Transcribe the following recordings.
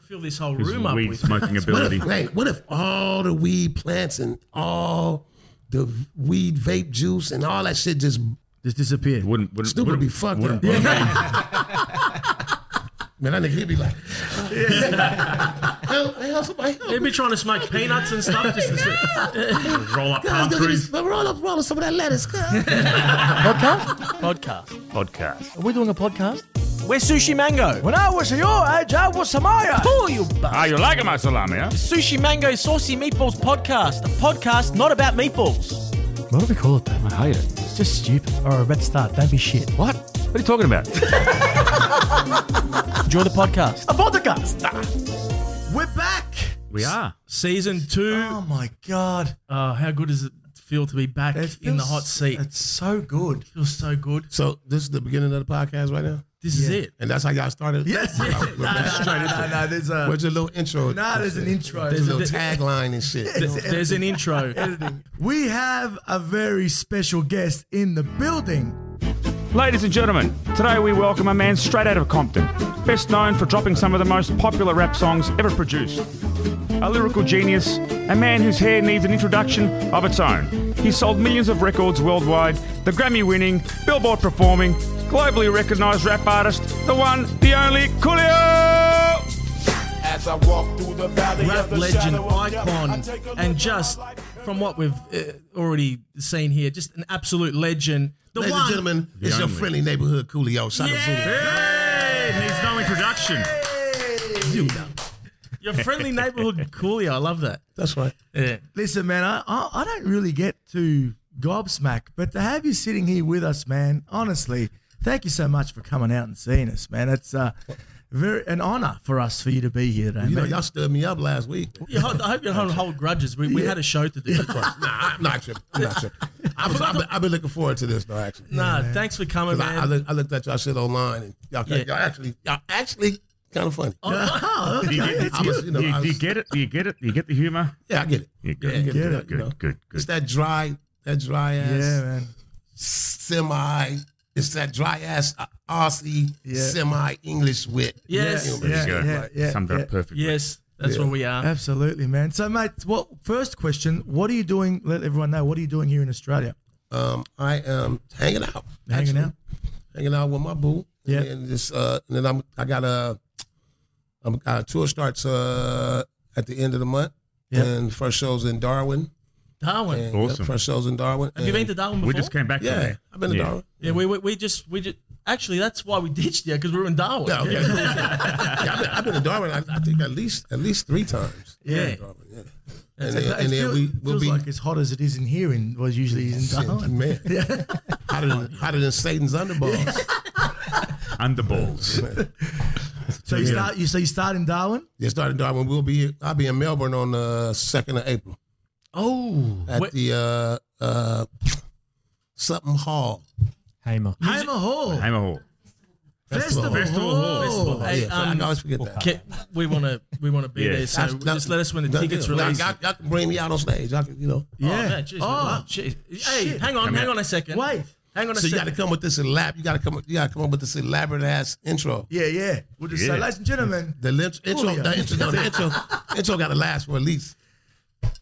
fill this whole His room up weed with. smoking What ability. if, wait, what if all the weed plants and all the weed vape juice and all that shit just Just disappear. Wouldn't, wouldn't, Stupid wouldn't, be fucked wouldn't bother up. me. man? That nigga he'd be like, help, help, somebody help. They'd be trying to smoke peanuts and stuff. Just Roll up palm God, look at trees. this, roll up, roll up some of that lettuce. God. Podcast? podcast. Podcast. Are we doing a podcast? We're Sushi Mango. When I was your age, I was Samaya. Oh, you bu- Ah, you like my salami, huh? Sushi Mango Saucy Meatballs podcast. A podcast not about meatballs. What do we call it though? I hate it. It's just stupid. All right, let's start. Don't be shit. What? What are you talking about? Enjoy the podcast. A podcast. We're back. we are. Season two. Oh my god! Oh, how good does it feel to be back It in the feels- hot seat? It It's so good. feels so good. So this is the beginning of the podcast right now? This is it. And that's how y'all started? Yes. Wow, we're no, back no, straight no, into no, it. no, there's a Where's your little intro? no, there's an intro. There's a little tagline and shit. You know? There's an intro. We have a very special guest in the building. Ladies and gentlemen, today we welcome a man straight out of Compton, best known for dropping some of the most popular rap songs ever produced. A lyrical genius, a man whose hair needs an introduction of its own. He sold millions of records worldwide, the Grammy winning, Billboard performing, globally recognised rap artist, the one, the only Coolio! As I walk through the valley rap of the legend, shadow of death, I icon, take a and look just at my life and from what we've uh, already seen here, just an absolute legend. The Ladies one, and gentlemen, it's your only. friendly neighborhood Coolio. Shout out to Hey! Needs no introduction. you. your friendly neighborhood coolie. I love that. That's right. Yeah. Listen, man, I, I I don't really get to gobsmack, but to have you sitting here with us, man, honestly, thank you so much for coming out and seeing us, man. It's uh, very an honor for us for you to be here today. You know, man. y'all stirred me up last week. You ho- I hope you don't hold grudges. We, we had a show to do. nah, I'm not tripping. I'm not tripping. I'm sorry, I've been, I've been looking forward to this, though, actually. nah, thanks for coming, 'Cause I, I, man. look, I looked at y'all shit online, and y'all, Yeah. y'all actually, y'all actually kind of funny. Oh, okay. I was, you know, Do you, I do you was, get it? Do you get it? Do you get the humour? yeah, I get it. Yeah, good. I get Get it. it. you know. Good, good, good. It's that dry, that dry yeah, ass man. semi. It's that dry ass uh, Aussie Yeah. semi English wit. Yes. Humor. There you Yeah, go. yeah, yeah, Summed it yeah. up perfectly. Yes, that's where we are. Absolutely, man. So, mate, what first question? What are you doing? Let everyone know. What are you doing here in Australia? Um, I am hanging out, Hanging actually. out. hanging out with my boo. Yeah. and this, uh, and then I'm, I got a, I'm, our tour starts uh, at the end of the month. Yeah. and first shows in Darwin. Darwin. And Awesome. First shows in Darwin. have you been to Darwin before? We just came back from Yeah, there. I've been to Yeah. Darwin. Yeah, we, we, we just we just actually that's why we ditched you because we were in Darwin. Yeah, okay. Yeah, I've, been, I've been to Darwin. I, I think at least at least three times. Yeah. Darwin, yeah. And It then, and then feel- we feels will be like as hot as it is in here. In was usually in Darwin. man hotter than hotter than Satan's underballs. Under balls. So you start. You so you start in Darwin. They started in Darwin. We'll be I'll be in Melbourne on the second of April Oh, at Wait. the uh, uh, something hall. Hamer. Hamer Hall Hammer Hall. Festival. Festival Hall. Festival Hall. Oh, Hey, yeah, so um, I always forget that. Ca- we want to we want to be Yeah. there, so That's- just let us when the Done tickets deal. Y'all- released. Y'all, y'all can bring me out on stage. Y'all can, you Oh, know. Yeah. man, jeez, Oh. shit. Hey, Shit. hang on, Come hang here. on a second. Wait. hang on a So you got to second. come with this elab. You got to come. You got to come up with this elaborate ass intro. Yeah, yeah. We'll just Yeah. say, ladies and gentlemen. The lit- intro, Coolio. the intro, no, the intro, intro got to last for at least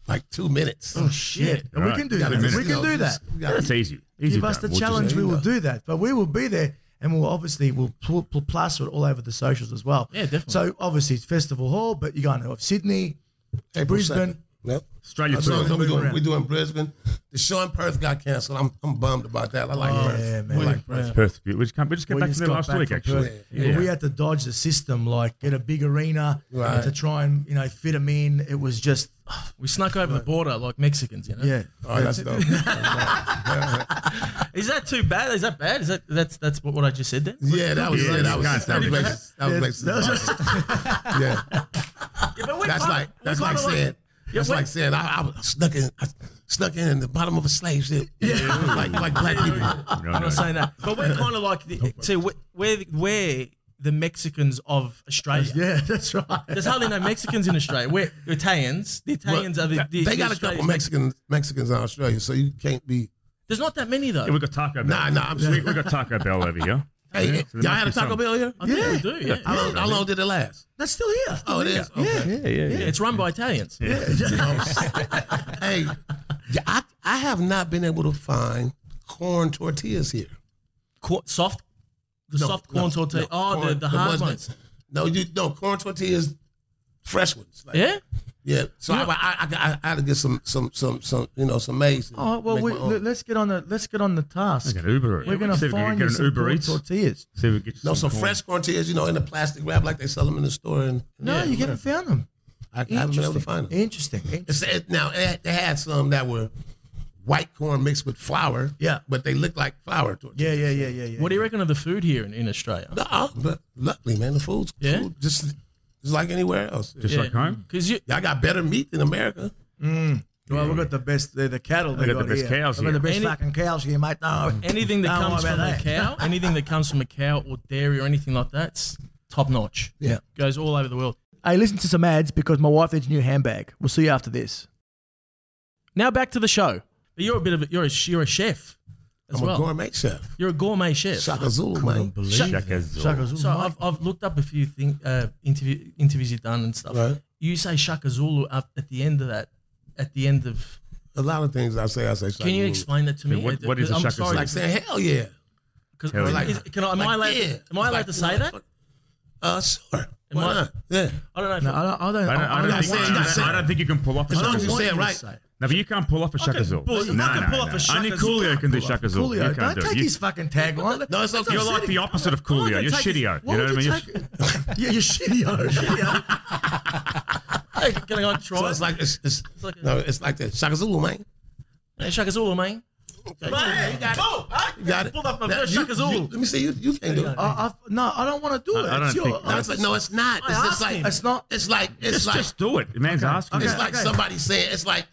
like two minutes. Mm. Oh shit! And Right. We can do Got that. a minute. We can do that. That's easy. easy Give us done. the We'll just- challenge. We you will know. do that. But we will be there, and we'll obviously we'll pl- pl- plaster it all over the socials as well. Yeah, definitely. So obviously it's Festival Hall, but you're going to have Sydney, Brisbane. Yep. Australia So, tour. we're, doing, around. we're doing Brisbane. The show in Perth got canceled. I'm, I'm bummed about that. I like Oh, Perth. yeah, man. I like Perth. Perth. We just, come, we just came We back just from there got last back week, from actually. Perth. We had to dodge the system, like get a big arena uh, Right. to try and you know fit them in. It was just We snuck over the border like Mexicans, you know. yeah. Oh, that's dope. Is that too bad? Is that bad? Is that that's that's what, what I just said then? yeah, that was yeah, that was Yeah. that was racist. That was racist. yeah, Yeah, but we that's can't- like we that's can't like allow- saying that's wait. like saying I, I was stuck in I stuck in the bottom of a slave ship. Yeah, like like black people. No, I'm no. not saying that, but we're kind of like the, see we- we're the- we're the Mexicans of Australia. Yeah, that's right. There's hardly no Mexicans in Australia. We're Italians. The Italians are the, the they got the a couple Australians. Mexicans Mexicans in Australia, so you can't be There's not that many though. Yeah, we got Taco Bell. nah nah. I'm we, sure. we got Taco Bell over here. Hey, Yeah. y'all had a Taco Bell here? I think Yeah. we do. Yeah. How long, how long did it last? That's still here. Oh, it is. Okay. Yeah, yeah, yeah. Yeah, It's run by Italians. hey, yeah, I, I have not been able to find corn tortillas here. Cor- soft, the No, soft corn no, tortilla. no, oh, the, corn- the hard ones ones. that- No, you no corn tortillas, fresh ones. Like, Yeah. yeah. So I, I, I, I, I had to get some, some, some, some, you know, some maize. and Oh well, make we, my own. let- let's get on the let's get on the task. Get an Uber. We're gonna See if we can find you get an some Uber corn Eats. tortillas. See if we get you no, some corn. fresh corn tortillas, you know, in a plastic wrap like they sell them in the store, and No, you haven't found them. I, I haven't been able to find them. Interesting. Interesting. It's- it- now they had- they had some that were white corn mixed with flour. Yeah. but they looked like flour tortillas. Yeah, yeah, yeah, yeah, yeah. What do you reckon of the food here in, in Australia? Nuh-uh, but luckily, man, the food's uh, Yeah? food just just like anywhere else. Just like home. Because you, Y'all got better meat than America. Well, we got the best the, the cattle. They got the best here. cows We got here. the best Any- fucking cows here, mate. No, anything that Don't comes worry from about a cow, anything that comes from a cow or dairy or anything like that's top notch. Yeah. Goes all over the world. Hey, listen to some ads because my wife needs a new handbag. We'll see you after this. Now back to the show. But you're a bit of a, you're a you're a chef as I'm well. a gourmet chef. you're a gourmet chef. Shaka Zulu, man. Shaka Zulu. So I've, I've looked up a few thing, uh, interview, interviews you've done and stuff. Right. You say Shaka Zulu at, at the end of that. At the end of, A lot of things I say, I say Shaka can you Zulu. explain that to me? what- what is a I'm Shaka sorry, Zulu? Like saying, hell yeah. Because Hell yeah. is- can I, am I allowed, Like, yeah. am I allowed Like, to say what that? the fuck? Uh, sure. Why I- not? Yeah. I don't know. If No, I don't. I don't, I don't, I, don't I'm think, saying I, that. don't, I don't think you can pull off a As long Shaka as you Zulu. say it right. No, but you can't pull off a Shaka Zulu. pull- if No, I no, can pull off no. a Shaka Only Zulu- Coolio can do Shaka Zulu. You Coolio, can't don't do take it. his You- fucking tagline. No, it's okay. You're like the opposite of Why would Coolio. You're take his- shitio. why You know would what I mean? You're- take- yeah, you're shitio. shitio. Hey, can I try? So it's it's like, like it's, it's, like a- no, it's like that. Shaka Zulu, man. hey, Shaka Zulu, man. Okay. You got it. Oh, I You got it. pulled off my Now, first you- Shaka Zulu. you- Let me see. You you can't do it. I, I, no, I don't want to do it. I don't it's your, think- No, it's like, no, it's not. It's asked just like him. It's not- It's like it's Just like just do it. The man's asking. It's you. like okay. somebody saying, it's like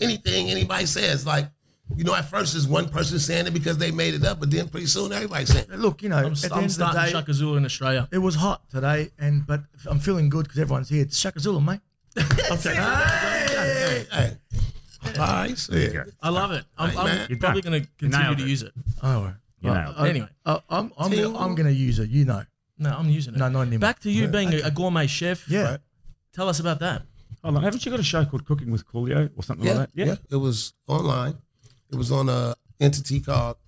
anything anybody says. Like, you know, at first it's one person saying it because they made it up, but then pretty soon everybody's saying it. look, you know, I'm, at the I'm end of the starting day, Shaka Zulu in Australia. it was hot today, and but I'm feeling good because everyone's here. It's Shaka Zulu, mate. Hey, hey. All right, so yeah. I love it. I'm, I'm You're probably done. going to continue nailed to it. use it. Oh, right. You know. I- Anyway. I, uh, I'm I'm Team. gonna, I'm gonna use it. You know. No, I'm using it. No, not anymore. Back to you being a, a gourmet chef. Yeah. Tell us about that. Hold on. Haven't you got a show called Cooking with Coolio or something Yeah, like that? yeah. It was online. It was on a entity called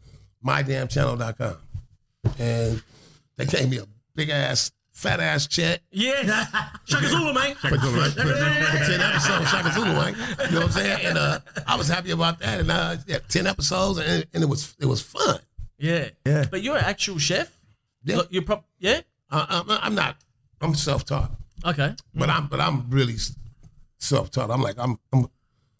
mydamnchannel.com. And they gave me a big ass, fat ass check Yeah. Shaka Zulu, mate. for, for, for, for 10 episodes, Shaka Zulu, right? You know what I'm saying? And uh, I was happy about that. And uh, yeah, 10 episodes, and, and it was it was fun. Yeah. Yeah. But you're an actual chef? Yeah. Look, You're prob- yeah? I, I'm, I'm not. I'm self-taught, Okay. but I'm but I'm really self-taught. I'm like I'm I'm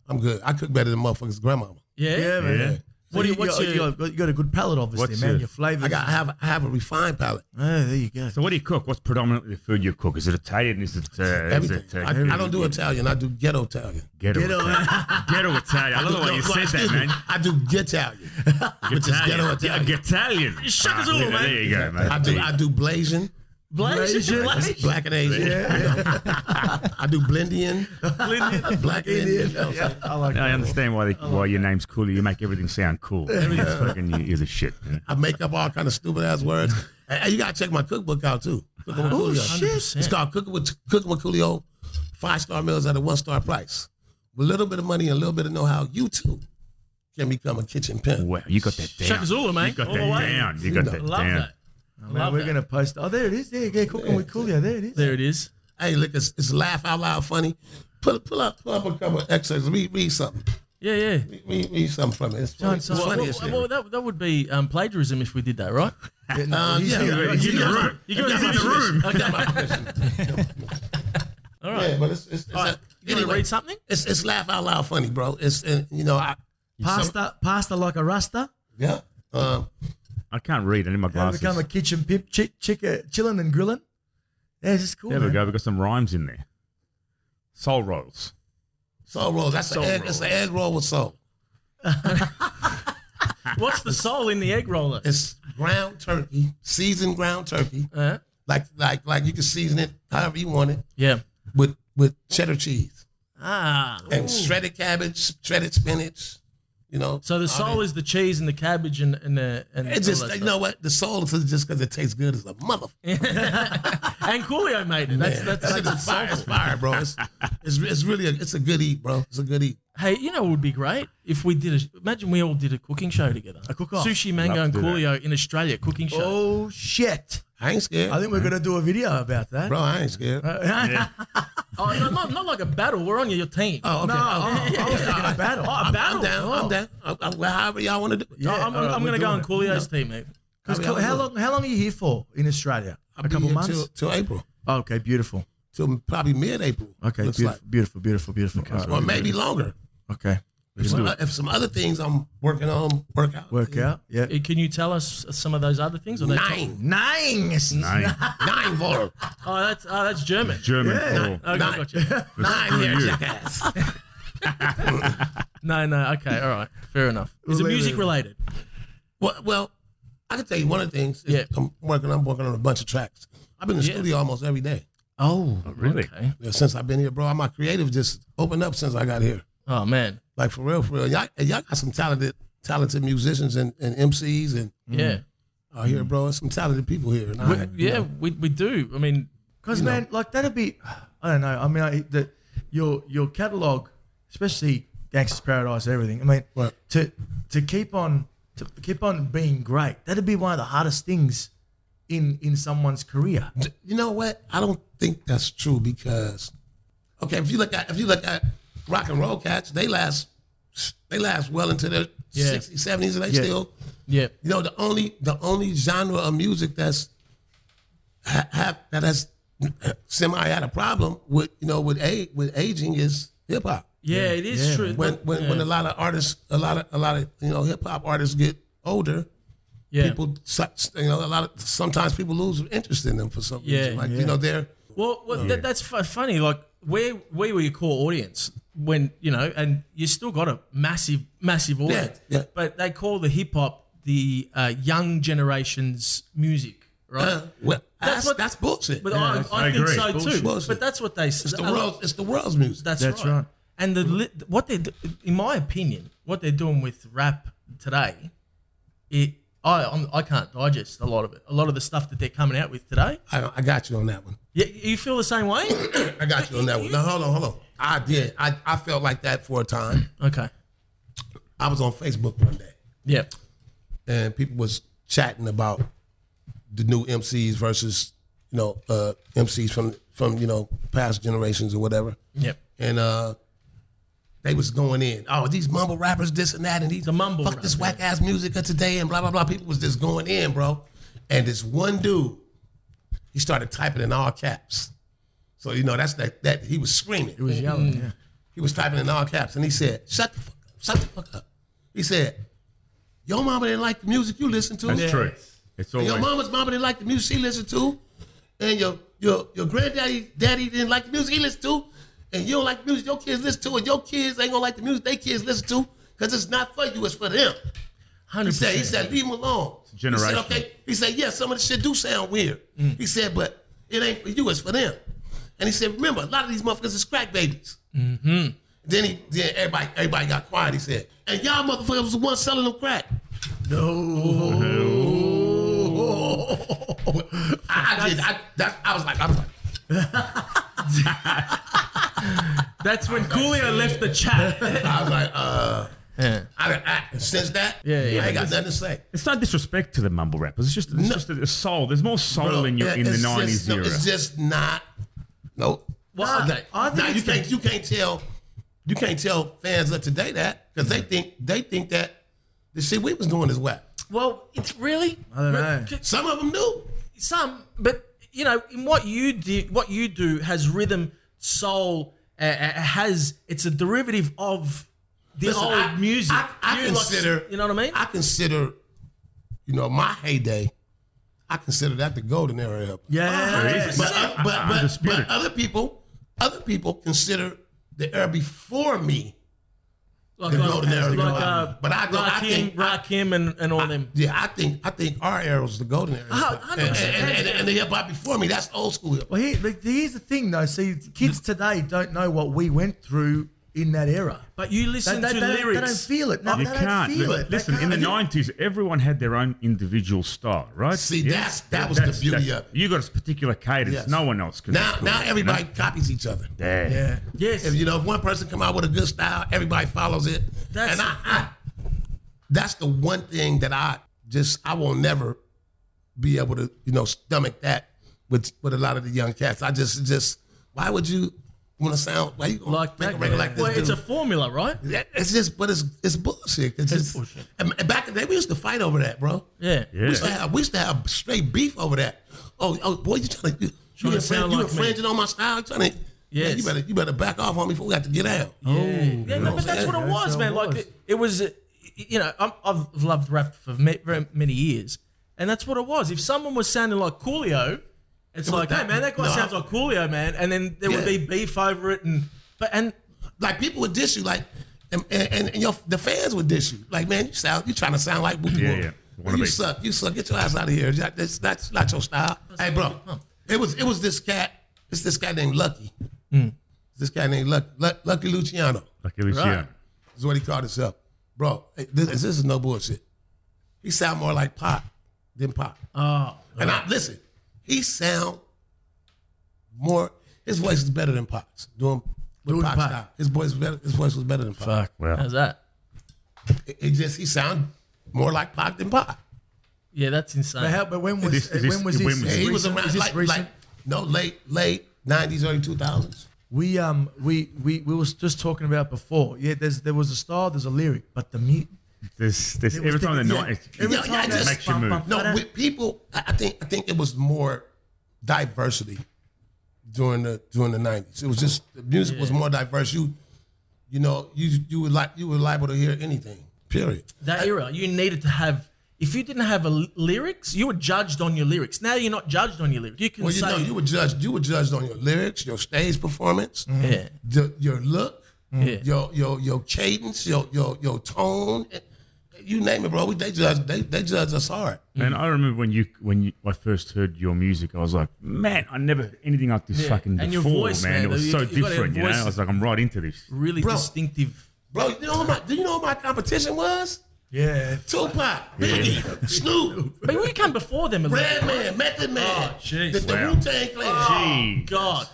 I'm good. I cook better than motherfuckers' grandmama. Yeah. man. Yeah. What do you- what's got, your- you, got, you got a good palate, obviously, What's man. your- Your flavors. I got I have I have a refined palate. Oh, there you go. So what do you cook? What's predominantly the food you cook? Is it Italian? Is it? Uh, is Everything. it uh, I, I don't do Italian. I do ghetto Italian. Ghetto, Italian. ghetto Italian. I love the way No, you no, said excuse that, me. man. I do Italian, which is ghetto Italian. Yeah, Italian. Shaka Zulu, there, man. There you go, man. I do I do Blasian, Blaze, is your Blaze. blaze? black and Asian. I do Blendian, black and Indian. You know what I'm saying? I like Now that. I understand why they, why your name's cool. You make everything sound cool. Everything's fucking you, you're the shit. you know? I make up all kind of stupid ass words. And, and you gotta check my cookbook out too. Cooking with Coolio. Oh, shit. It's called Cooking with Cooking with Coolio. Five star meals at a one star price. With a little bit of money and a little bit of know how, you too can become a kitchen pimp. Wow, you got that down. Shaka Zulu, mate. You got all the that way. down. You got that Love down. that. I Man, love we're that. gonna post. Oh, there it is. There you go. Cooking with Coolio. There it is. There it is. Hey, look, it's, it's laugh out loud funny. Pull pull up pull up a couple of excerpts. Read read something. Yeah, yeah. Read, read, read something from it. It's funny. It's John, so- funny Well, as shit. well, that, that would be um, plagiarism if we did that, right? Yeah, no, Um, he's yeah, got- yeah, he's yeah. got- You got my it in the permission. room. Okay. Got my permission. All Yeah, right. but it's it's, it's All right. You want to anyway, read something? It's it's laugh out loud funny, bro. It's and you know I Pasta, pasta like a rasta. yeah. Um, I can't read. I need my How to glasses. become a kitchen pimp, chick, chick, uh, chilling and grilling. Yeah, this is cool. there we man. go. We got some rhymes in there. Soul rolls. soul rolls. That's Soul an egg. That's an egg roll with soul. What's the soul in the egg roller? It's ground turkey, seasoned ground turkey. Uh, Like like like you can season it however you want it yeah. with with cheddar cheese Ah. and shredded cabbage, shredded spinach. You know, So the soul is the cheese and the cabbage and, and the and It all just that you stuff. know what the soul is just because it tastes good is a mother. and Coolio made it. That's that's, Man, that that's, shit is fire, it's soulful. fire, bro. It's, it's, it's really a, it's a good eat, bro. It's a good eat. Hey, you know what would be great if we did a imagine we all did a cooking show together. A cook-off. Sushi Mango Love and to do that. Coolio in Australia cooking show. Oh shit! I ain't scared, I think we're gonna do a video about that. bro. I ain't scared. Uh, Oh, no, not, not like a battle. We're on your team. oh, okay. No, Oh, I was thinking a battle. Oh, a battle. I'm down. Oh. I'm down. I'm, I'm, however y'all want to do. it. Oh, Yeah, I'm, all right, I'm we're going to go doing on it. Coolio's team, mate. Because However y'all how wanna do long? How long are you here for in Australia? it. a couple I'll be months. here till, till April, Oh, okay, beautiful. till probably mid-April. Okay, looks beautiful, beautiful, beautiful, beautiful, like, or maybe longer. Okay, If some, if some other things I'm working on, work out. work out. Yeah, Uh, Can you tell us some of those other things? Or they- Nine, nine. Nine. nine verb, Oh, that's oh, that's German. eh? German for Okay, Nine. gotcha. nine Screw hair you. jackass. No, no. Okay, all right. Fair enough. Is it Wait, wait, music wait. related? Well, well, I can tell you one of the things. is Yeah. I'm working. I'm working on a bunch of tracks. I've been in the Yeah. studio almost every day Oh, really. Okay. Yeah, since I've been here, bro. My creative just opened up since I got here. Oh man. Like for real, for real. Y'all, and y'all got some talented, talented musicians and, and MCs and Yeah. Mm-hmm. out here, bro. There's some talented people here. And I, We- yeah, we, we do. I mean, because man, like that'd be. I don't know. I mean, I, the, your your catalog, especially Gangsters Paradise, everything. I mean, Right. to to keep on to keep on being great. That'd be one of the hardest things in in someone's career. you know what? I don't think that's true because, okay, if you look at if you look at rock and roll cats, they last, they last well into their Yeah. 60s, 70s, and they still yeah. You know, the only the only genre of music that's ha, ha, that has uh, semi had a problem with you know with age with aging is hip hop. Yeah, it is yeah, true. When when, when a lot of artists, a lot of a lot of you know hip hop artists get older, yeah. people such you know a lot of sometimes people lose interest in them for some Yeah, reason. Like you know they're Well, well that, that's fu- funny. Like, where we were your core audience when you know, and you still got a massive, massive audience. yeah. But they call the hip hop the uh, young generation's music, right? uh, well that's what- that's bullshit. but that's- I, I, I think agree. so too. Bullshit. Bullshit. But that's what they. s- uh, it's a the lot- world's it's the world's music. That's, That's right. right. And the li- what they, do- in my opinion, what they're doing with rap today, it I I'm, I can't digest a lot of it. A lot of the stuff that they're coming out with today. I, I got you on that one. Yeah, you feel the same way? I got you on that one. No, hold on, hold on. I did. I, I felt like that for a time. okay. I was on Facebook one day. Yeah. and people was chatting about the new MCs versus you know uh, MCs from from you know past generations or whatever, Yep. and uh, they was going in. Oh, these mumble rappers, this and that, and these The mumble fuck rap, this yeah. whack ass music of today, and blah blah blah. People was just going in, bro. And this one dude, he started typing in all caps. So you know that's that that he was screaming. It was yelling. Yeah. He was typing in all caps and he said, Shut the fuck up, shut the fuck up. He said, Your mama didn't like the music you listen to. That's true. It's And always Your mama's mama didn't like the music she listened to. And your your your granddaddy daddy didn't like the music he listened to. And you don't like the music your kids listen to, and your kids ain't gonna like the music they kids listen to, because it's not for you, it's for them. Hundred He said, he percent. said, leave him alone. He generational. said, okay. He said, yeah, some of the shit do sound weird. Mm. He said, but it ain't for you, it's for them. And he said, remember, a lot of these motherfuckers is crack babies. Mm-hmm. Then he then everybody everybody got quiet, he said. And y'all motherfuckers was the ones selling them crack. No. I did I, that, I was like, I was like, That's when Coolio left the chat. I was like, uh Yeah. I, done act- since that, Yeah, yeah. I ain't got nothing to say. It's not disrespect to the mumble rappers. It's just it's No. just a, a soul. There's more soul in you Yeah, in the it's just- nineties no, era. It's just not. Nope. Well, Nah, okay. I think nah, it's you the- can't. You can't tell. You can't tell fans of today that because they think they think that the shit we was doing is whack. well, it's really I don't know. Some of them do. some, but you know, in what you do, what you do has rhythm, soul, uh, uh, has it's a derivative of the Listen, old I- music. I- I You like- consider- you know what I mean? I consider, you know, my heyday. I consider that the golden era. of hip-hop. Yeah. It's- But, uh, but, but, Undisputed. but other people, other people consider the era before me. like the like, golden era, like, yeah. uh, But I don't- I Rakim, think- Rakim, and, and all them. Yeah, I think I think our era was the golden era. Oh, and, and, 100%. and, and the hip hop before me, that's old school hip hop. Well, here, like, here's the thing, though. See, kids today don't know what we went through in that era. But you listen They- they- to they don't- lyrics. They don't feel it. No, you they can't. don't feel Li- it. They Listen, in can't. the nineties, everyone had their own individual style, right? See, that's- that was the beauty of it. You got a particular cadence. Yes. No one else could. Now, could, now you know? everybody copies each other. Yeah. Yeah. yes. If you know, if one person come out with a good style, everybody follows it. That's- and I, I, that's the one thing that I just I will never be able to you know stomach that with with a lot of the young cats. I just just why would you want to sound why you gonna like make that. a record like this? well, it's a dude? formula, right? Yeah, it's just but it's it's bullshit. It's, just bullshit. And and back in the day, we used to fight over that, bro. Yeah. Yeah. We used to have we used to have straight beef over that. Oh, oh boy, you trying to you, you, to infring- sound you like me. infringing on my style? You trying to yeah, Yes. Uh-huh. you better you better back off on me before we got to get out. Oh, Yeah, no, but that's what it was, man. Like it, it was, uh, you know, I'm, I've loved rap for ma- very many years, and that's what it was. If someone was sounding like Coolio, it's was like, that- hey, man, that guy no. sounds like Coolio, man, and then there would Yeah. be beef over it, and but and Like people would diss you, like and and, and, your the fans would diss you. Like man, you sound you trying to sound like Whoopi Yeah, Wolf. yeah. Man, You Wannabe. suck. You suck. Get your ass out of here. That- That's that's not your style. hey, bro. It was it was this cat. It's this guy named Lucky. This guy named Lucky Lu- Lucky Luciano. Like Luciano. Right. is what he called himself. Bro, this, this is no bullshit. He sound more like Pop than Pop. oh, and I listen, he sound more. His voice is better than Pop's. Doing with Doing Pop's Pop. style. His voice, better, his voice was better than Pop. Fuck. Well, how's that? It, it just he sound more like Pop than Pop. Yeah, that's insane. But, how, but when was This- uh, this- when was when this? was And this? he was recent? around Is this like, recent? like no late late nineties early two thousands. We um we we we was just talking about before. Yeah, there's there was a style, there's a lyric, but the mu- this, this, It was every time the the- yeah. nineties, Every Yeah, time yeah, I that- just- Makes you move. bum, bum, No, ba-da. with people, I I think I think it was more diversity during the during the nineties. It was just the music was more diverse. You, you know, you you would like you were liable to hear anything. Period. that era, you needed to have. If you didn't have a l- lyrics, you were judged on your lyrics. Now you're not judged on your lyrics. You can Well, you say, know, you were judged. You were judged on your lyrics, your stage performance, Mm-hmm. Yeah. the, your look, Yeah. your your your cadence, your your your tone. You name it, bro. We, they judge they they judge us hard. and I remember when you when you, I first heard your music, I was like, man, I never heard anything like this Yeah. fucking And your before, voice, man. man, It was you- so you gotta have different, you know. I voices. was like, I'm right into this. really Bro. distinctive. Bro, you know what my do you know what my competition was? yeah. Tupac, Biggie, Snoop, But we come before them a little bit. Redman, Method Man, Oh, jeez. Oh, the, the Wow. Wu Tang Clan. Gee, God,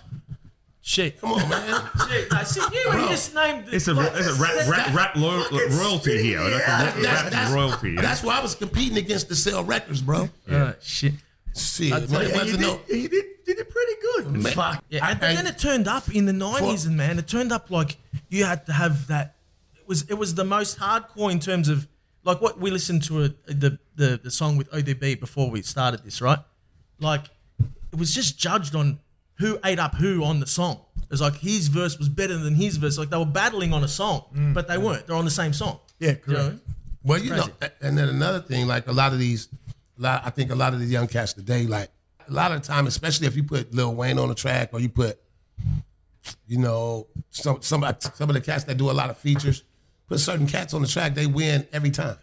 shit. Come on, man. Shit, I see you. Bro. You just named the- it's a it's a rap rap rap lo- royalty here. That's a rap, rap royalty. yeah. that's why I was competing against to sell records, bro. Uh, shit. Shit, I man, tell you, it He wasn't did, no. he did did it pretty good. Mm. Man, Fuck. Yeah, and, but then it turned up in the nineties, and man, it turned up like you had to have that. It was it was the most hardcore in terms of like what we listened to uh the, the the song with ODB before we started this, right? Like it was just judged on who ate up who on the song. It was like his verse was better than his verse. Like they were battling on a song, but they weren't. They're on the same song. Yeah, You know? correct. Well, you know, and then another thing, like a lot of these, a lot, I think a lot of the young cats today, like a lot of the time, especially if you put Lil Wayne on the track or you put, you know, some some some of the cats that do a lot of features, put certain cats on the track, they win every time.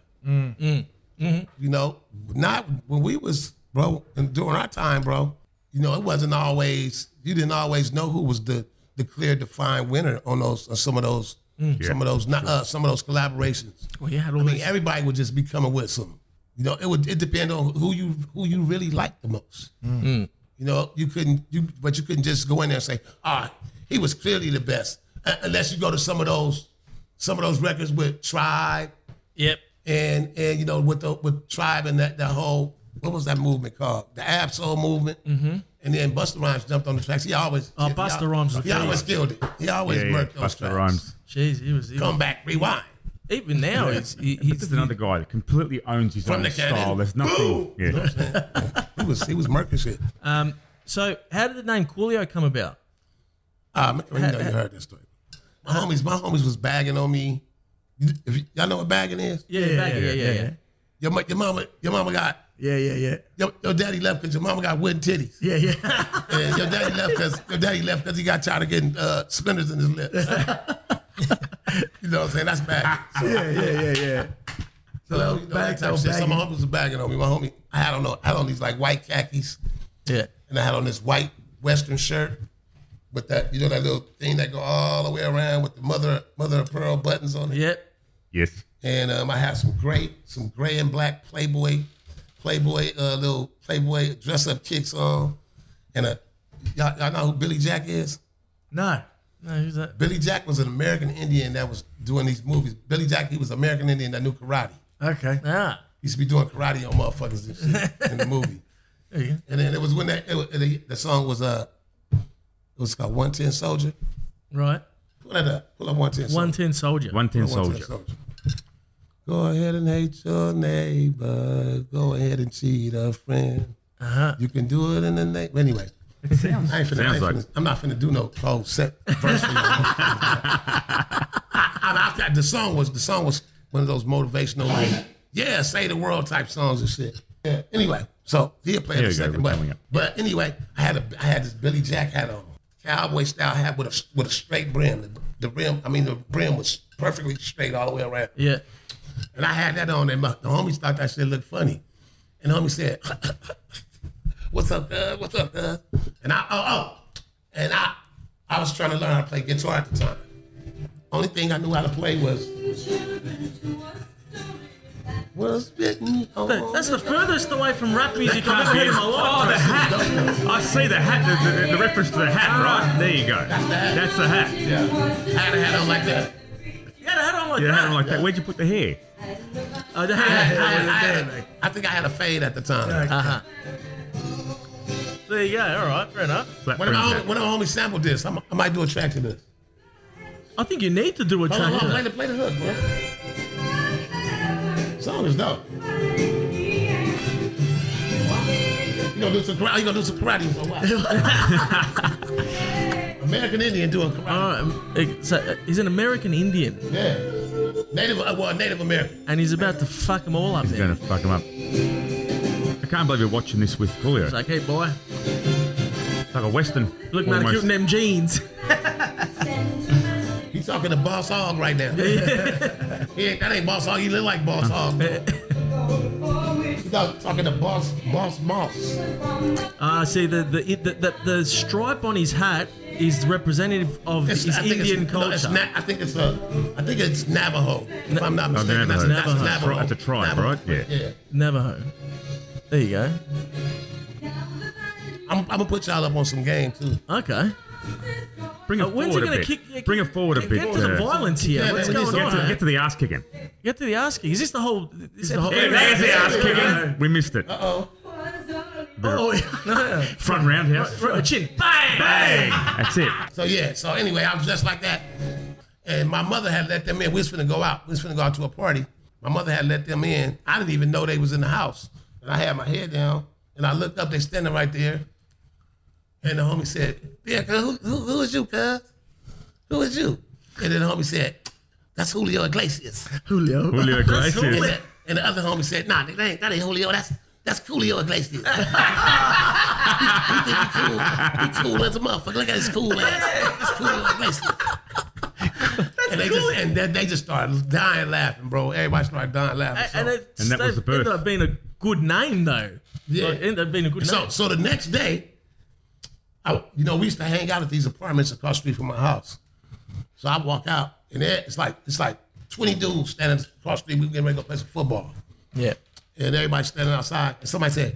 You know, not when we was bro and during our time, bro. You know, it wasn't always you didn't always know who was the the clear defined winner on those on some of those some of those not uh, some of those collaborations. Well, you had all I mean, these- everybody would just be coming with some. You know, it would it depend on who you who you really liked the most. You know, you couldn't you but you couldn't just go in there and say, all right, he was clearly the best. Uh, unless you go to some of those some of those records with Tribe Yep. and and you know with the with Tribe and that that whole what was that movement called the Absol movement. Mm-hmm. And then Buster Rhymes jumped on the tracks. He always Oh, he Busta al- Rhymes was He always killed it. He always yeah, yeah, worked those Busta tracks. Rhymes. Jeez, he was he, Come back, rewind. even now. He's, he, he's This is another guy that completely owns his From own the cannon. style. There's nothing. Boom! Yeah. He was he was murking shit. So how did the name Coolio come about? Um, you know you heard this story. My homies, my homies was bagging on me. If you, y'all know what bagging is? Yeah, yeah, yeah, yeah, yeah. yeah. Your, ma- your mama, your mama got Yeah, yeah, yeah. your, your daddy left because your mama got wooden titties. Yeah, yeah. And your daddy left because your daddy left because he got tired of getting uh, splinters in his lips. you know what I'm saying? That's bad. So, yeah, yeah, yeah, yeah. so, you know, that Bag- type of shit. So bagging. my homies was bagging on me. My homie, I had on no, I had on these like white khakis, Yeah. and I had on this white western shirt But that you know that little thing that go all the way around with the mother mother of pearl buttons on it. Yep. Yes. And um, I have some gray, some gray and black Playboy, Playboy uh, little Playboy dress up kicks on, and a y'all, y'all know who Billy Jack is. No. No, who's that? Billy Jack was an American Indian that was doing these movies. Billy Jack, he was American Indian that knew karate. Okay. Ah. He used to be doing karate on motherfuckers and shit in the movie. There you go. And then it was when that it was, it, the song was uh, it was called One Ten Soldier. Right. Pull that up. Pull up One Ten. One ten soldier. One tin soldier. Go ahead and hate your neighbor. Go ahead and cheat a friend. Uh-huh. You can do it in the name. Anyway, sounds, I ain't finna, I sounds ain't like- finna, I'm not finna do no close set verse. For you. I, I- I- the song was the song was one of those motivational like yeah, say the world type songs and shit. Yeah. Anyway, so he'll play in There a you go, second, we're but, coming up. but anyway, I had a I had this Billy Jack hat on, cowboy style hat with a with a straight brim. The, the rim, I mean, the brim was perfectly straight all the way around. Yeah. And I had that on, and my, the homies thought that shit looked funny. And the homie said, "What's up, cuz? What's up, cuz?" And I, oh, oh, and I, I was trying to learn how to play guitar at the time. Only thing I knew how to play was was spitting. That- That's the furthest away from rap music I've ever heard in my Oh, the life. hat! I see the hat. The, the, the reference to the hat, right? There you go. That's the hat. Yeah, I had a hat on like that. Yeah, they had on like You had that. it like that. Where'd you put the hair? Oh, they I, had- had, I, had, I, had, I think I had a fade at the time. Uh-huh. There you go. All right, fair enough. Flat One of, brim my hat. homies, one of my homies sampled this. I'm, I might do a track to this. I think you need to do a Hold track. on, hold to on, play that. the, play the hook, bro. Song is dope. You gonna do some karate? You gonna do some karate for a while? American Indian doing karate. Uh-huh. All right, um, eh, so uh, he's an American Indian, Yeah. Native, uh, well, Native American. and he's about to fuck them all up. He's There. gonna fuck him up. I can't believe you're watching this with Julio. He's like, hey boy, It's like a western. look, man, cute in almost. them jeans. He's talking to Boss Hog right now. he ain't, that ain't Boss Hog. He look like Boss Hog. Uh-huh. He's talk- talking to Boss Boss Moss. Ah, see the the, the the the stripe on his hat is representative of It's- his I think it's- Indian no, it's culture. Na- I think it's a. I think it's Navajo. If I'm Oh, not mistaken, that's, Navajo. that's Navajo. Navajo. That's a tribe, Navajo. right? Yeah. Yeah. Navajo. There you go. I'm, I'm gonna put y'all up on some game too. Okay. Bring it Uh, when's he forward gonna a bit. kick- Bring it forward a Get, bit. get to the uh, violence here. Yeah, What's man, we going just Get on? to, man? get to the ass kicking. Get to the asking. Is this the whole? This the whole- There- There's the ass kicking. We missed it. Uh-oh. Oh, no, no. Front roundhouse. Right, the chin. Bang! Bang! That's it. So yeah. So anyway, I was just like that, and my mother had let them in. We was finna go out. We was finna go out to a party. My mother had let them in. I didn't even know they was in the house. And I had my head down, and I looked up. They standing right there. And the homie said, "Yeah, cuz who, who, who is you, cuz? Who is you?" And then the homie said, "That's Julio Iglesias." Julio. Julio And Iglesias. the, and the other homie said, "Nah, that ain't that ain't Julio. That's that's Coolio Iglesias." he, think he cool. He cool as a motherfucker. Look at his cool ass. It's Coolio Iglesias. and they just and then they just started dying laughing, bro. Everybody started dying laughing. So, And, it, And that was the birth. Ended up being a good name though. Yeah. Like, ended up being a good so name. so the next day, I, you know, we used to hang out at these apartments across the street from my house. So I walk out, and there- it's like it's like twenty dudes standing across the street. We getting ready to go play some football. Yeah. and everybody standing outside, and somebody said,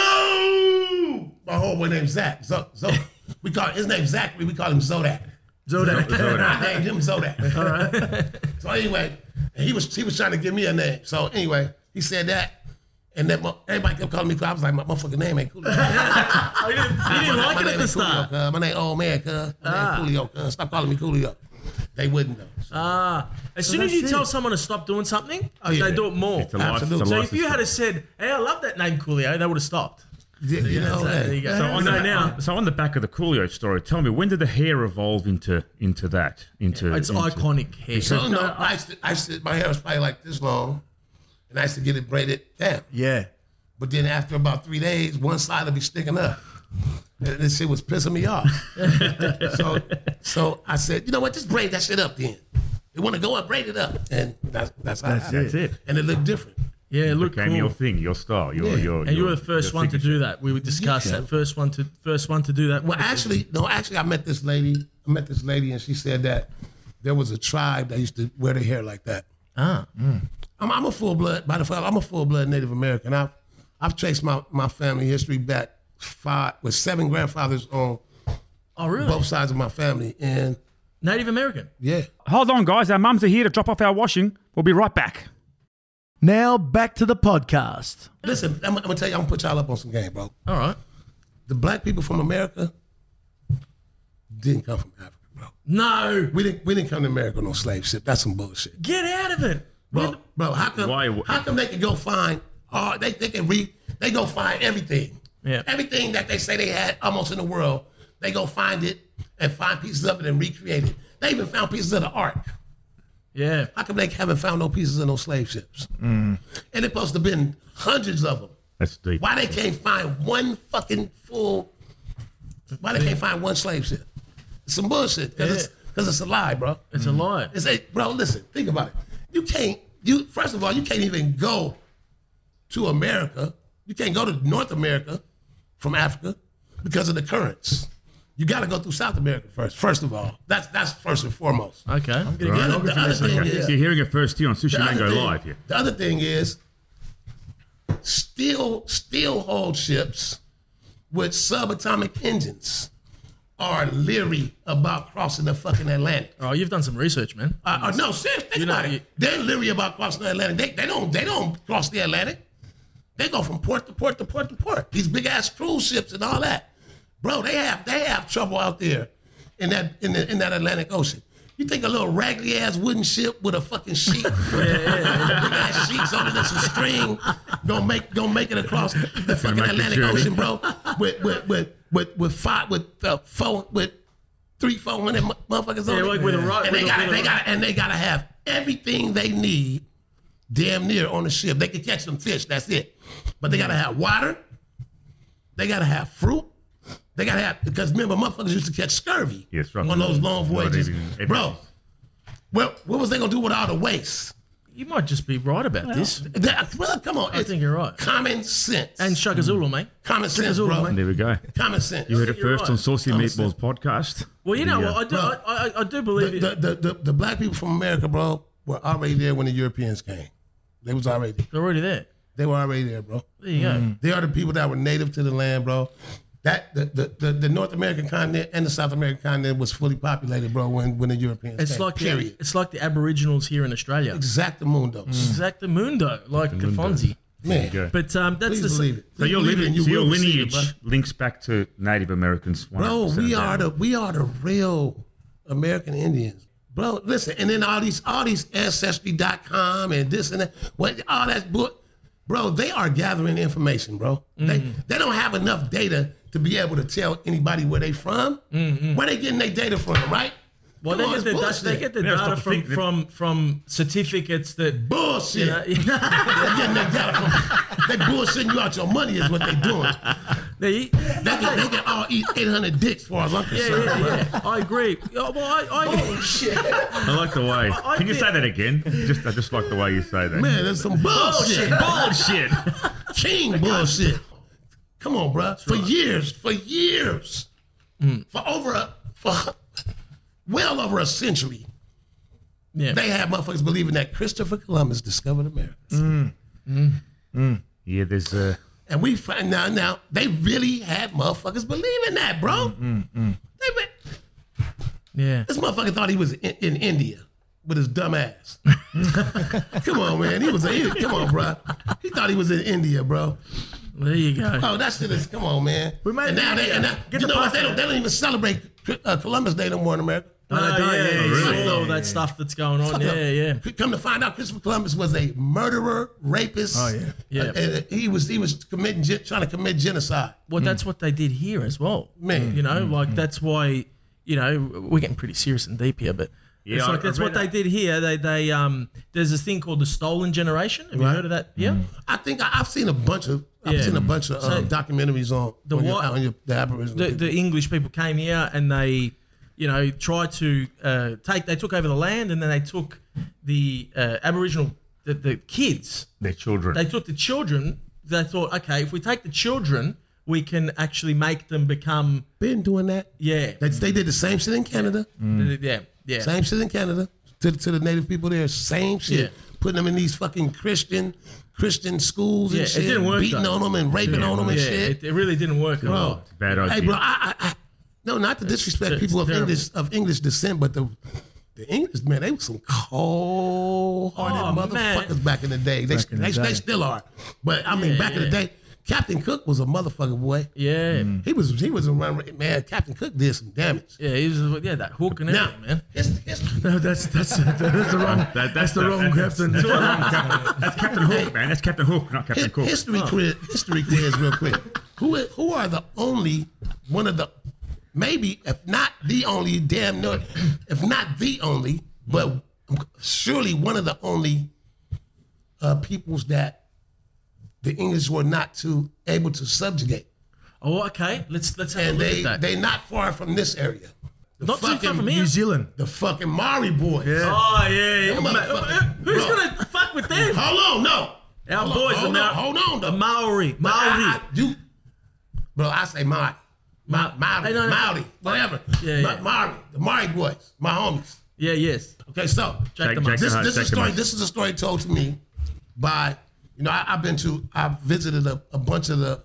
"Coolio!" My homeboy named Zach. Zo, Zo. We call his name Zachary. We call him Zodak. Zodak. I named him Zodak. so anyway, and he was he was trying to give me a name. So anyway, he said that, and that mo- everybody kept calling me. Cool. I was like, my motherfucking name ain't Coolio. Oh, you didn't, you didn't like my it at name the ain't Coolio, start. cuz. My name old man, cuz. My name Coolio, cuz. Stop calling me Coolio. They wouldn't though. So- Ah. As soon as you that's tell it. someone to stop doing something, Oh, yeah. they do it more. It's a life- it's a Absolutely. So if life you had system. have said, "Hey, I love that name, Coolio," they would have stopped. you know, So there you hey. go. So So on, know the, now, so on the back of the Coolio story, tell me when did the hair evolve into into that? Into it's into- iconic hair. So no, I used to, I used to, my hair was probably like this long, and I used to get it braided down. Yeah. But then after about three days, one side would be sticking up. And this shit was pissing me off. so, so I said, you know what? Just braid that shit up then. They want to go up, braid it up, and that's that's how That's I- it. That's it. And it looked different. Yeah, it looked became cool. your thing, your style, your your. and you your- were the first your one to signature. do that. We would discuss Yeah. that first one to first one to do that. Well, actually, no, actually, I met this lady. I met this lady, and she said that there was a tribe that used to wear their hair like that. Ah. I'm, I'm a full blood. By the way, I'm a full blood Native American. I've I've traced my, my family history back five with seven grandfathers on Oh, really? both sides of my family, and Native American. yeah, Hold on, guys. Our mums are here to drop off our washing. We'll be right back. Now back to the podcast. Listen, I'm, I'm gonna tell you, I'm gonna put y'all up on some game, bro. All right. The black people from America didn't come from Africa, bro. No, We didn't we didn't come to America on no slave ship. That's some bullshit, get out of it. bro. Bro, how come Why w- how come they can go find? Oh, they they can read. They go find everything. Yeah. Everything that they say they had almost in the world, they go find it and find pieces of it and recreate it. They even found pieces of the ark. Yeah. How come they haven't found no pieces of no slave ships? And it supposed to been hundreds of them. That's deep. Why they can't find one fucking full? Why they can't find one slave ship? It's some bullshit because it's because it's a lie, bro. It's a lie. It's a bro. Listen, think about it. You can't. You first of all, you can't even go to America. You can't go to North America from Africa because of the currents. You got to go through South America first. First of all, that's that's first and foremost. Okay. I'm gonna The get other- the other thing Okay, is- So you're hearing it first here on Sushi the Mango other thing- Live here. The other thing is, steel steel hull ships with subatomic engines are leery about crossing the fucking Atlantic. Oh, you've done some research, man. Uh, uh, no, seriously, think You know, about it. you- They're leery about crossing the Atlantic. They, they don't they don't cross the Atlantic. They go from port to port to port to port. These big ass cruise ships and all that. Bro, they have they have trouble out there in that in, the, in that Atlantic Ocean. You think a little raggedy ass wooden ship with a fucking sheet, big ass sheets on it and some string, gonna make gonna make it across the fucking make the Atlantic journey. Ocean, bro, with with with with with five with uh, four with three four hundred mu- motherfuckers on Yeah, it. like with a rod- and they with a- got with a they got and they gotta have everything they need damn near on the ship. They can catch some fish, that's it. But they gotta have water, they gotta have fruit, they gotta have because remember motherfuckers used to catch scurvy Yes, right. on those long Not voyages. even- Bro, well, what was they gonna do with all the waste? You might just be right about this. That- well, come on, I it's think you're right. common sense. And Shaka Zulu, mate. common sense, all, bro. mate. There we go. Common sense. You heard it You're first right. on Saucy Honestly. Meatballs podcast. Well, you know The, uh, what? I do, I, I, I do believe the, it. the, the, the black people from America, bro, were already there when the Europeans came. They was already there. They're already there. They were already there, bro. There you go. They are the people that were native to the land, bro. That the, the, the, the North American continent and the South American continent was fully populated, bro, when, when the Europeans It's came. like the, period. it's like the Aboriginals here in Australia. Exactamundos. Mm. Exact the mundo, like the Fonzie. Man, go. But um, that's please the s- believe it. So your, Believe it lineage, and you so your will receive it, lineage bro. links back to Native Americans. Bro, 100% we of are that. the we are the real American Indians. Bro, listen, and then all these all these ancestry.com and this and that, what all that book. Bro, they are gathering information, bro. They Mm. they don't have enough data to be able to tell anybody where they from. Where they getting their data from, right? Mm-hmm. well, they Come get, on, it's the, dat- bullshit. they get the Yeah, stop data the from, Mm-hmm. thing. from from certificates that. bullshit. You know, They're getting their data from they bullshitting you out your money is what they doing. they- They can, they can all eat 800 dicks as far as I'm yeah, concerned. yeah, yeah. I agree. Oh, well, I, I, I like the way. I Can you did- say that again? Just, I just like the way you say that. Man, that's some bullshit. Bullshit. King bullshit. Come on, bruh. For years, for years, for over a, for well over a century, yeah. they had motherfuckers believing that Christopher Columbus discovered America. yeah, there's uh, And we find now, now they really had motherfuckers believing that, bro. They been- yeah. this motherfucker thought he was in, in India with his dumb ass. come on, man. He was a, come on, bruh. He thought he was in India, bro. There you go. Oh, that shit is come on, man. We might and now be- they, and now, Get you the know what? pasta. They don't, they don't even celebrate uh, Columbus Day no more in America. Oh, yeah, yeah, you Ah, really? saw all that stuff that's going on. Oh, Fuck Yeah, up. yeah. Come to find out, Christopher Columbus was a murderer, rapist. Oh, yeah. Yeah. Uh, and he was he was committing gen- trying to commit genocide. Hmm. Well, that's what they did here as well. Man. you know, like that's why you know we're getting pretty serious and deep here, but Yeah, it's I- like I that's read what they that. did here. They they um, there's this thing called the stolen generation. Have you heard of that? Hmm. Yeah, I think I, I've seen a bunch of I've Yeah. seen a bunch of um, documentaries on the on, white- your, on your, the Aboriginal the, people. the English people came here and they, you know, tried to uh, take. They took over the land and then they took the uh, Aboriginal the, the kids. Their children. They took the children. They thought, okay, if we take the children, we can actually make them become Been doing that. yeah, They, they did the same shit in Canada. Mm. yeah, yeah. Same shit in Canada to, to the native people there. Same shit. Yeah. Putting them in these fucking Christian Christian schools Yeah, and it shit. didn't work, beating though. on them and raping on them yeah, and shit. It, it really didn't work. at bro. all. Bad Hey, idea. bro. I, I, I, no, not to disrespect it's people of terrible. English of English descent, but the the English man, they were some cold Oh, hearted man. motherfuckers back in the day. They, in the they, day. they still are, but I mean, Yeah, back in the yeah. day, Captain Cook was a motherfucking boy. Yeah, He was he was a run man. Captain Cook did some damage. yeah. He was, yeah, that hook and Now, everything, man. it's, it's, No, that's that's that's the wrong. that's, the, wrong captain. That's, that's Captain Hook, man. That's Captain Hook, not Captain Hi- Cook. History quiz, history quiz, real quick. Who i- who are the only one of the maybe if not the only damn no if not the only but surely one of the only uh, peoples that the English were not too able to subjugate, Oh, okay. Let's let's have and a look they at that. they not far from this area. The Not too far fucking- from here. New Zealand. The fucking Maori boys. Oh yeah, yeah. Them Ma- motherfuckers. who's Bro. gonna fuck with them? Hold on, no. Our hold boys, on, hold the Ma- on, hold on, the though. Maori, But I- Maori. I do- bro, I say Maori. Ma- Maori, Hey, no, no. Maori, whatever. Yeah, Ma- yeah. Maori, the Maori boys, my homies. yeah, yes. Okay, so Jack Jake- them up. Jake- this, Jack this the is a story. Maori. This is a story told to me by, you know, I, I've been to, I've visited a, a bunch of the,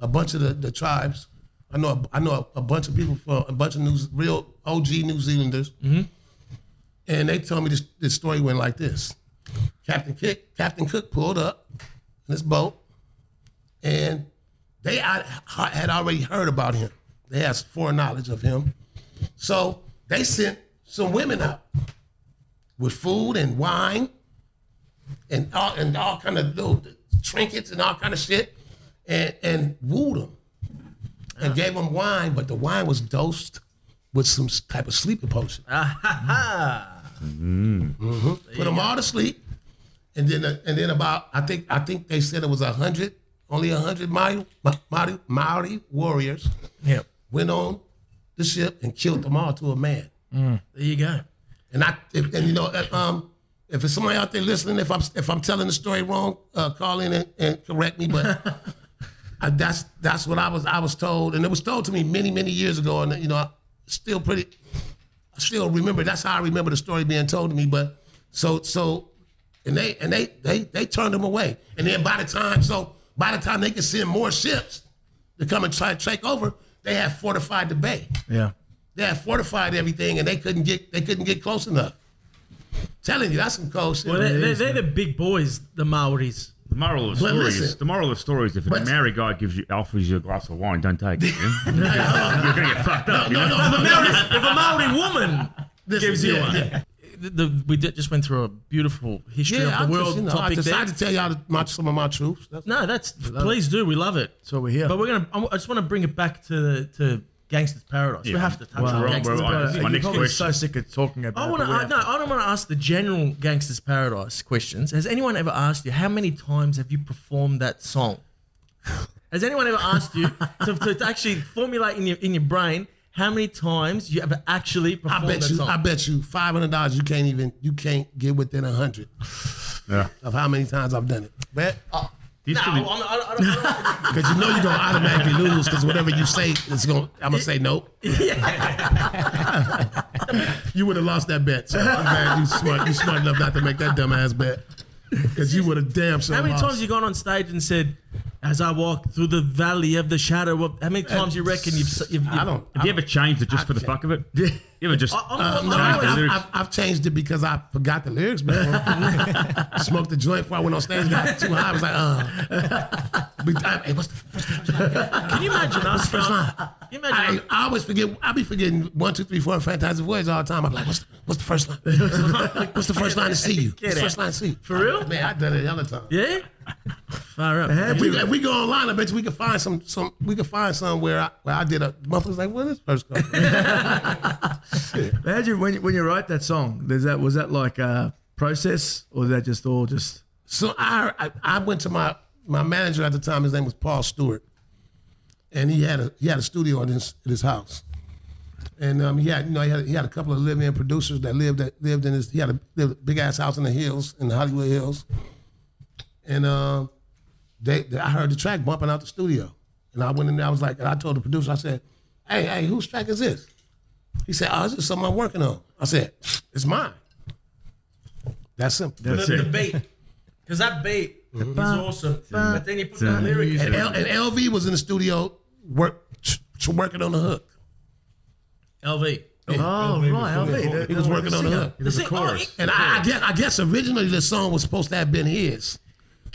a bunch of the, the tribes. I know, a, I know a, a bunch of people from a bunch of New, real OG New Zealanders, Mm-hmm. and they told me this, this story went like this. Captain Cook, Captain Cook pulled up in his boat, and they had had already heard about him. They had foreknowledge of him, so they sent some women out with food and wine, and all and all kind of little trinkets and all kind of shit, and and wooed them, and gave them wine, but the wine was dosed with some type of sleeping potion. Mm-hmm. Put them all to sleep, and then uh, and then about I think I think they said it was a hundred, only a hundred Maori, Maori Maori warriors Yep. went on the ship and killed them all to a man. There you go. And I if, and you know uh, um. If it's somebody out there listening, if I'm if I'm telling the story wrong, uh, call in and, and correct me. But I, that's that's what I was I was told, and it was told to me many many years ago, and you know I still pretty, I still remember. That's how I remember the story being told to me. But so so, and they and they they they turned them away, and then by the time so by the time they could send more ships to come and try to take over, they had fortified the bay Yeah. they had fortified everything and they couldn't get they couldn't get close enough. Telling you, that's some cold shit. Well, they're, man. they're, they're the big boys, the Maoris. The moral of the But story is listen. the moral of the story is if a But- married guy gives you offers you a glass of wine, don't take it. You know? You're gonna get fucked up. no, you no, know? no, no, listen, if a Maori woman listen, gives you yeah, one, yeah. The- the- we did- just went through a beautiful history Yeah, I of the just, world you know, I topic there. decided to tell y'all my, some of my truths. That's- No, that's please do. We love it. So we're here. But we're gonna. I just want to bring it back to to Gangsters Paradise. We have to touch Wow. on Well, Gangsters well, I- Paradise. my You're next probably question. so sick of talking about. I it, want to. but we have No, I don't want to ask the general Gangsters Paradise questions. Has anyone ever asked you how many times have you performed that song? Has anyone ever asked you to, to, to actually formulate in your in your brain how many times you ever actually I performed bet that you, song? I bet you, five hundred dollars. You can't even, you can't get within a hundred Yeah. of how many times I've done it. But These no, could I'm, be- I don't, I don't, I don't, because you know you're gonna automatically lose because whatever you say, it's gonna, I'm gonna say nope. you would have lost that bet. So I'm glad you smart, you smart enough not to make that dumbass bet because you would have damn sure How many lost. times you gone on stage and said, "As I walk through the valley of the shadow of"? How many times you reckon you've? s- you've, you've I don't. Have you ever changed it just for the fuck of it? You ever just I- I'm- I'm- changed I, the I'm- lyrics? have I've changed it because I forgot the lyrics before. Smoked the joint before I went on stage. Got too high. I was like, uh. But I, hey, what's the, what's the first line? Can you imagine us? From, can you imagine? I, us- I always forget. I be forgetting one, two, three, four fantastic words all the time. I'm like, what's the, what's the first line? What's the first line to see you? What's the first line to see you? For real? Man, I done it hella time. Yeah. Far up. If we, if we go online, I bet you we can find some. Some we can find some where I, where I did a. Motherfuckers like, where this first come from? Imagine when you- when you write that song. There's that was that like a process or is that just all just So I, I I went to my my manager at the time. His name was Paul Stewart, and he had a he had a studio in his in his house. And um, he had, you know, he had, he had a couple of live-in producers that lived that lived in his. He had a, lived a big ass house in the hills in Hollywood Hills. And um, they, they- I heard the track bumping out the studio, and I went in there. I was like, and I told the producer, I said, "Hey, hey, whose track is this?" He said, "Oh, this is something I'm working on." I said, "It's mine." That's simple. The, the beat, because that beat is awesome. But then you put the lyrics. And, L, and LV was in the studio work, t- t- working on the hook. LV. Oh, right. I think that- He was that working on the singer. hook. It was a Oh, See, oh, chorus. And I, I guess I guess originally the song was supposed to have been his,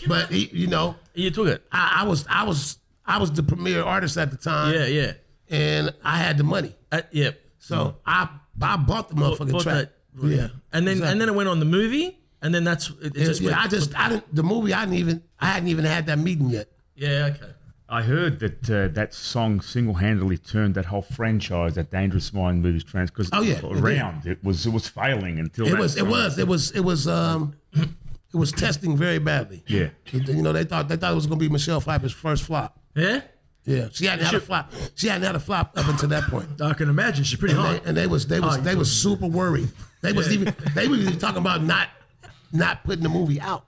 but he, you know, You took it. I, I was I was I was the premier artist at the time, Yeah, yeah. and I had the money, Uh, yeah. so I I bought the motherfucking bought track. that. Yeah, And then and then it went on the movie, and then that's it, it Yeah, just yeah, went- I just I didn't, the movie I didn't even I hadn't even had that meeting yet. yeah okay. I heard that uh, that song single-handedly turned that whole franchise, that Dangerous Mind movies, trans because Oh, yeah, it did. around it was it was failing until It that was it song. was it was it was um it was testing very badly. Yeah. you know they thought they thought it was gonna be Michelle Pfeiffer's first flop. Yeah. Yeah, she hadn't had a flop. She hadn't had a flop up until that point. I can imagine she's pretty hot. and they, and they was they was they was super worried. They was even they was even talking about not not putting the movie out.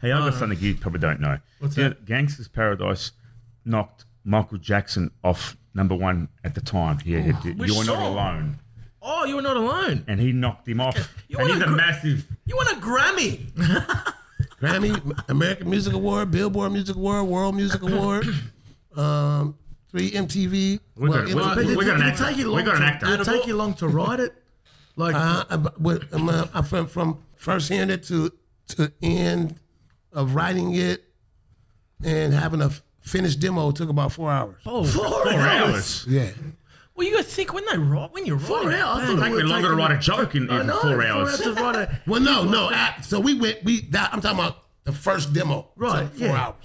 Hey, I got something you probably don't know. What's that? Gangsters Paradise knocked Michael Jackson off number one at the time. Yeah, it did. Which you were not song? alone, Oh, you were not alone. and he knocked him off. You and wanna he's a gr- massive. You won a Grammy. Grammy, American Music Award, Billboard Music Award, World Music Award, um, three MTV. We got, we, MTV we, we got an It'll take actor. you We long got an to- actor. It'll take you long to write it. Like uh, I- but I'm, uh, I'm from, from first hearing it to to end of writing it and having a finished demo took about four hours. Oh, four, Four hours. Yeah, Well, you got to think when they write when you write. four it, hours. Oh, man. I thought it Take me would've longer to taken- write a joke in, I in know, four hours. to write a- Well, no, no. I, so we went. We that, I'm talking about the first demo. Right, so four yeah. hours.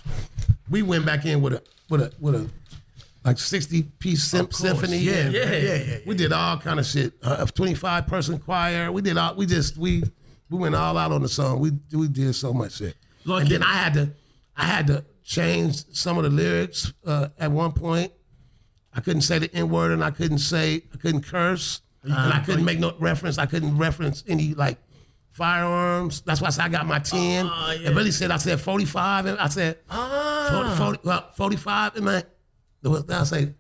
We went back in with a with a with a like 60 piece sym- symphony. yeah, Yeah. yeah, yeah, yeah. we did all kind of shit. Uh, A 25 person choir. We did all. We just we we went all out on the song. We we did so much shit. Like and it- then I had to I had to change some of the lyrics uh, at one point. I couldn't say the N word, and I couldn't say I couldn't curse, Uh-huh. and I couldn't make no reference. I couldn't reference any like firearms. That's why I said I got my ten. Oh, And Billy said I said forty five, and I said Ah. uh, 40, well, forty five in my. What did I say?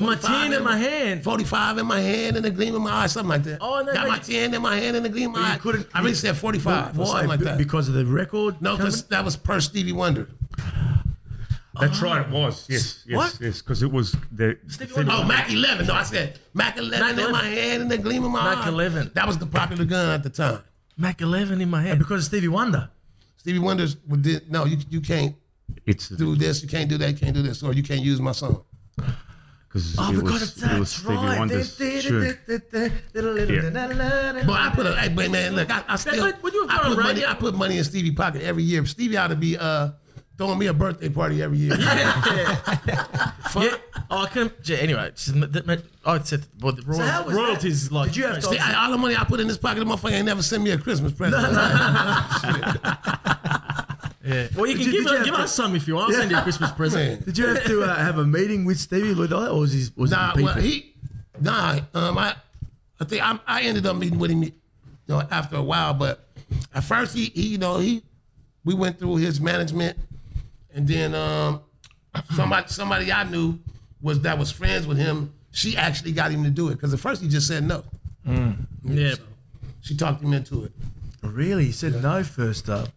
my tin in my hand. 45 in my hand and a gleam in my eye, something like that. Oh, and that Got my makes- 10 in my hand and a gleam in my you eye. couldn't- I really said 45 or Why? something like Be- that. Because of the record? no, because that was per Stevie Wonder. That's right, it was. Yes, yes, What? yes, because it was the. Wonder- Oh, Mac 11. No, I said Mac 11 Mac in 11. my hand and a gleam in my eye. Mac 11. That was the popular gun at the time. Mac eleven in my And head. because of Stevie Wonder. Stevie Wonder's would did, no, you, you can't It's do this, you can't do that, you can't do this, or you can't use my song. because Oh, it, because was, of that. it was Stevie Wonder's tune. But I put a hey, but man, look, I, I still but would you have I gone put on money. radio? I put money in Stevie pocket every year. Stevie ought to be uh, throwing me a birthday party every year. yeah. Oh, I couldn't. yeah, Anyway, it's- that meant- I said well, the royalties, how was that? royalties like. Did you have to- See, I, all the money I put in this pocket, the motherfucker ain't never sent me a Christmas present. Yeah. Well, you can give, you- did you us- have give to- us some if you want. I'll send you a Christmas present. Man. Did you have to uh, have a meeting with Stevie Lloyd Webber, or was he was Nah, it people? well, he, nah, um, I, I think I, I ended up meeting with him, you know, after a while. But at first, he, he, you know, he, we went through his management, and then um, somebody, somebody I knew was that was friends with him. She actually got him to do it because at first he just said no. Yeah. She talked him into it. really? He said no first up.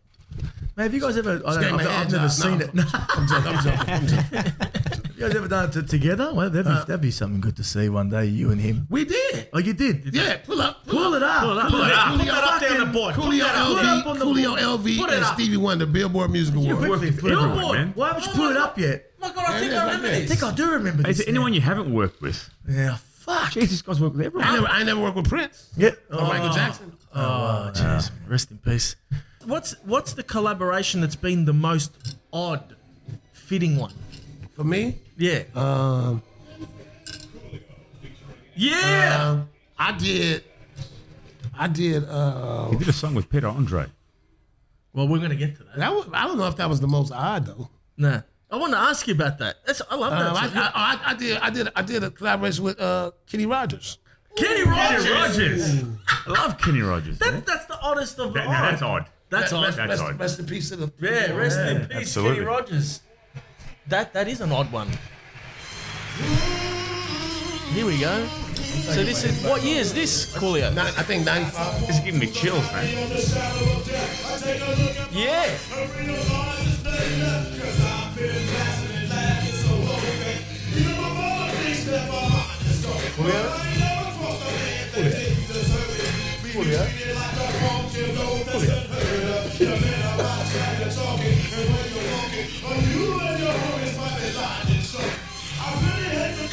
Man, have you guys ever? I Gave him don't, I've, a hand I've never job. seen No, it. I'm joking, I'm joking, I'm joking. you guys ever done it t- together? Well, that'd be, that'd be something good to see one day, you and him. We did. Like you did. Yeah, pull up. Pull it up. Put that Coolio- up. Put Coolio- that up there on the board. Put Coolio that up. Put it LV, up on the Coolio board. LV, Put it and up. Stevie Wonder, Billboard Music Award. Working for Billboard. everyone, man. Why haven't you pulled it up yet? Oh my god, I Yeah, think it is I like remember that. I this. think I do remember Is this. there anyone you haven't worked with? now. Yeah. Fuck. Jesus, guys work with everyone. I never, I never worked with Prince Yeah. or Michael Jackson. Oh, jeez. Rest in peace. What's what's the collaboration that's been the most odd, fitting one? Uh, For me, Yeah. um, yeah. um, I did, I did. Uh, He did a song with Peter Andre. well, we're gonna get to that. that was, I don't know if that was the most odd though. Nah. I want to ask you about that. That's I love Um, that. I, song. I, I, I did, I did, I did a collaboration with uh, Kenny Rogers. Kenny Rogers. Kenny Rogers. I love Kenny Rogers. man. That, that's the oddest of That- the now odd. that's odd. That's odd. Rest, That's rest, odd. rest in peace to the. yeah, rest in peace, absolutely. Kenny Rogers. That that is an odd one. Here we go. So this is what year is this, Coolio? Nine, I think 95. This is giving me chills, man. Yeah.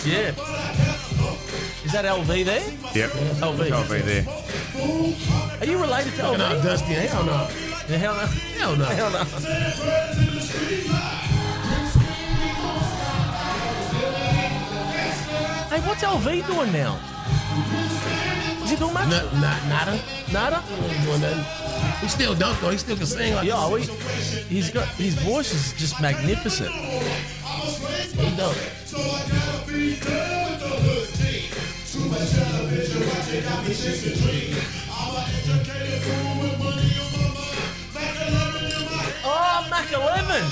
Yeah. Is that LV there? Yep. LV. LV there. Are you related to Nah, LV? Dusty, hell no. Yeah, Hell no. Hell no. Hell no. Hey, what's LV doing now? Is he doing much? Not, not, nada. Nada? Ain't doing nothing. He still dunk though. He still can sing. Like Yeah, we, he's got his voice is just magnificent. he dunk. Oh, Mac 11!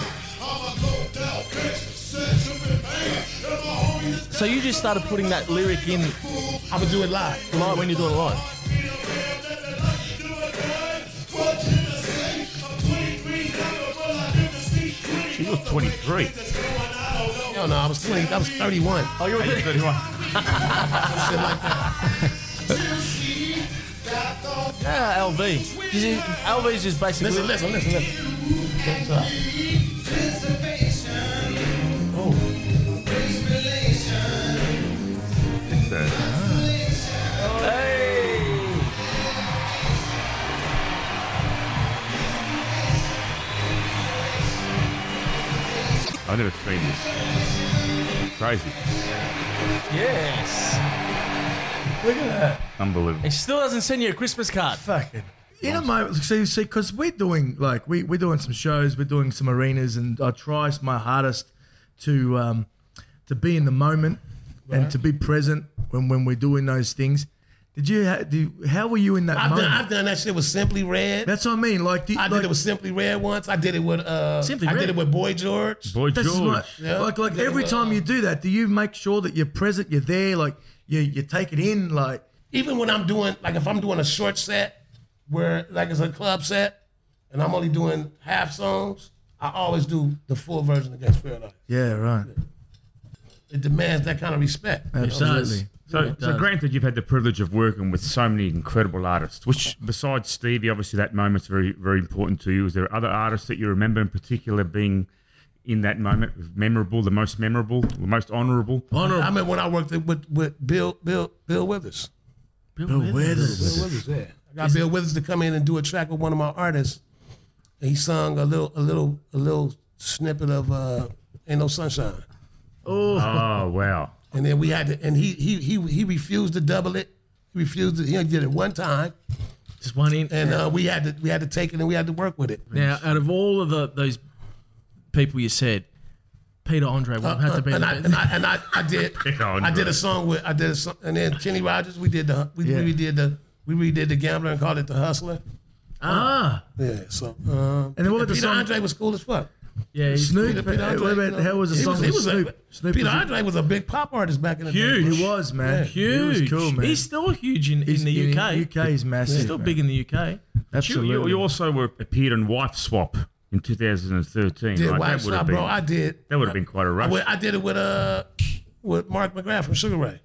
So you just started putting that lyric in I'ma do it live. live when you're doing live? She was 23. Hell no. I was 20. I was 31. Oh, you're She's 31. yeah, LV. ah, This is- LV is just basically Listen, listen, listen, listen. What's up? So, I've never seen this. Crazy. Yes. Unbelievable. He still doesn't send you a Christmas card. Fucking. In a moment, so you see, because we're doing like we we're doing some shows, we're doing some arenas, and I try my hardest to um, to be in the moment and to be present when, when we're doing those things. Did you? Ha- do, how were you in that I've moment? done, I've done that shit with Simply Red. That's what I mean. Like, do, you- I like, did it with Simply Red once. I did it with uh. Simply I Red? did it with Boy George. Boy This is George. what, Yeah. like, like Yeah, every but, time you do that, do you make sure that you're present, you're there, like you you take it in, like Even when I'm doing like if I'm doing a short set where like it's a club set and I'm only doing half songs, I always do the full version against Fair Enough. yeah, right, It demands that kind of respect. absolutely. So, so granted, you've had the privilege of working with so many incredible artists. Which, besides Stevie, obviously that moment's very, very important to you. Is there other artists that you remember in particular being in that moment memorable, the most memorable, the most honourable? Honorable. I mean when I worked with with Bill Bill Bill Withers. Bill Withers. I got Bill Withers to come in and do a track with one of my artists. And he sung a little, a little, a little snippet of uh, "Ain't No Sunshine," Oh wow! and then we had to, and he he he he refused to double it. He refused. To, he only did it one time, Just one in. and uh, we had to we had to take it and we had to work with it. Now, out of all of the, those people you said, Peter Andre would Uh, have to be and, the I, best. and I and I I did on, I did bro. a song with I did a song, and then Kenny Rogers. We did the we, Yeah. we did the we redid the Gambler and called it the Hustler. Ah, Yeah. So um, And then what about the Peter song- Andre was cool as fuck. yeah, he's Snoop. Peter, Peter uh, Andre, what you about know, how was the he song he with was a- Snoop? Snoop Peter was a- Andre was a big pop artist back in the day. He was man. huge. He was cool man. He's still huge in, He's- in the UK. UK is massive. He's still man. big in the UK. You, Absolutely. you, you also were, appeared in Wife Swap in 2013. Did right? Wild that would have Side, been bro. I did. that would have been quite a I, rush. went- I did it with uh with Mark McGrath from Sugar Ray.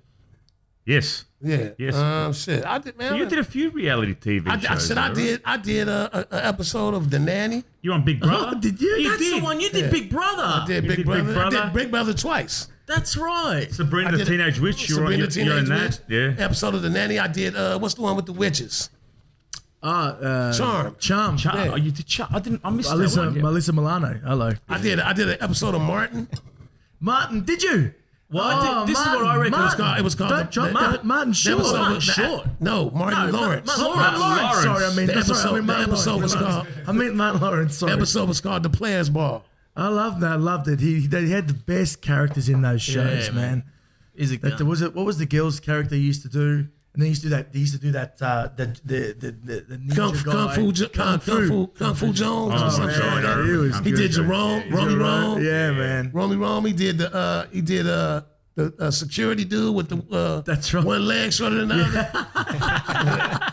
yes, Yeah. Yes. Um, shit. I did, man. you did a few reality TV I, shows. I said I though, right? did. I did a, a, a episode of The Nanny. You on Big Uh-huh. Brother? did you? He That's did. the one you did, Big Brother. I did did Big Big Brother. I Brother? did Big Brother twice. That's right. Sabrina I the did- Teenage Witch. You're, on, Sabrina you're, you're in Teenage that. Witch, Yeah. Episode of The Nanny. I did. Uh, what's the one with the witches? Ah, uh, Charm. Charm. Char- oh, you did Char- I didn't. I missed Melissa, that one. yeah. Melissa Milano. Hello, I did. I did an episode of Martin. Martin. Did you? Oh, Well, I did- this is what I reckon Martin, was called- it was called Don't the- drop the- that. Martin Short. The episode Martin was- the- Short. No, Martin Lawrence. Ma- Ma- Martin Martin Lawrence. Lawrence. Sorry, I mean, The sorry, I episode- mean Martin the episode Lawrence. was called- I meant Martin Lawrence. Sorry. The episode was called The Players Ball. I loved that. I loved it. He they had the best characters in those shows, Yeah, man. man. Is it That gone? was it. What was the girl's character he used to do? And they used to do that. They used to do that. Uh, the the the the, the ninja Kung, guy. Kung Fu Jo- uh, Kung, Kung Fu Kung Fu Jones or something man, like he was that. He, did Jerome, Romy Rome, Yeah, man. Romy Rome. He did the uh, he did uh, the uh, security dude with the uh, That's right. one leg shorter than the other.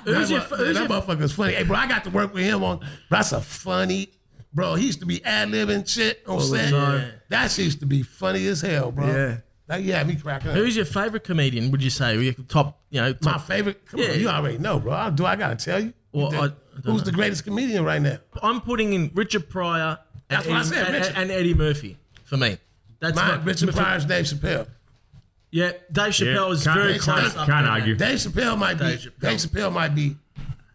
Who's your- that mu- that motherfucker was funny. Hey, bro, I got to work with him on. That's a funny. Bro, he used to be ad libbing shit on set. no. That shit used to be funny as hell, bro. Yeah. That, yeah, me cracking up. Who's your favorite comedian? Would you say your top? You know, My top. favorite? Come Yeah. on, you already know, bro. I, do I gotta tell you? Well, I- I Who's don't the greatest comedian right now? I'm putting in Richard Pryor. That's and what I Eddie- said, and- Richard. and Eddie Murphy for me. That's My my- Richard for- Pryor's Dave Chappelle. Yeah, Dave Chappelle is can't- very can't- close. up can't there, argue. man. Dave Chappelle might be. Dave Chappelle. Dave Chappelle might be,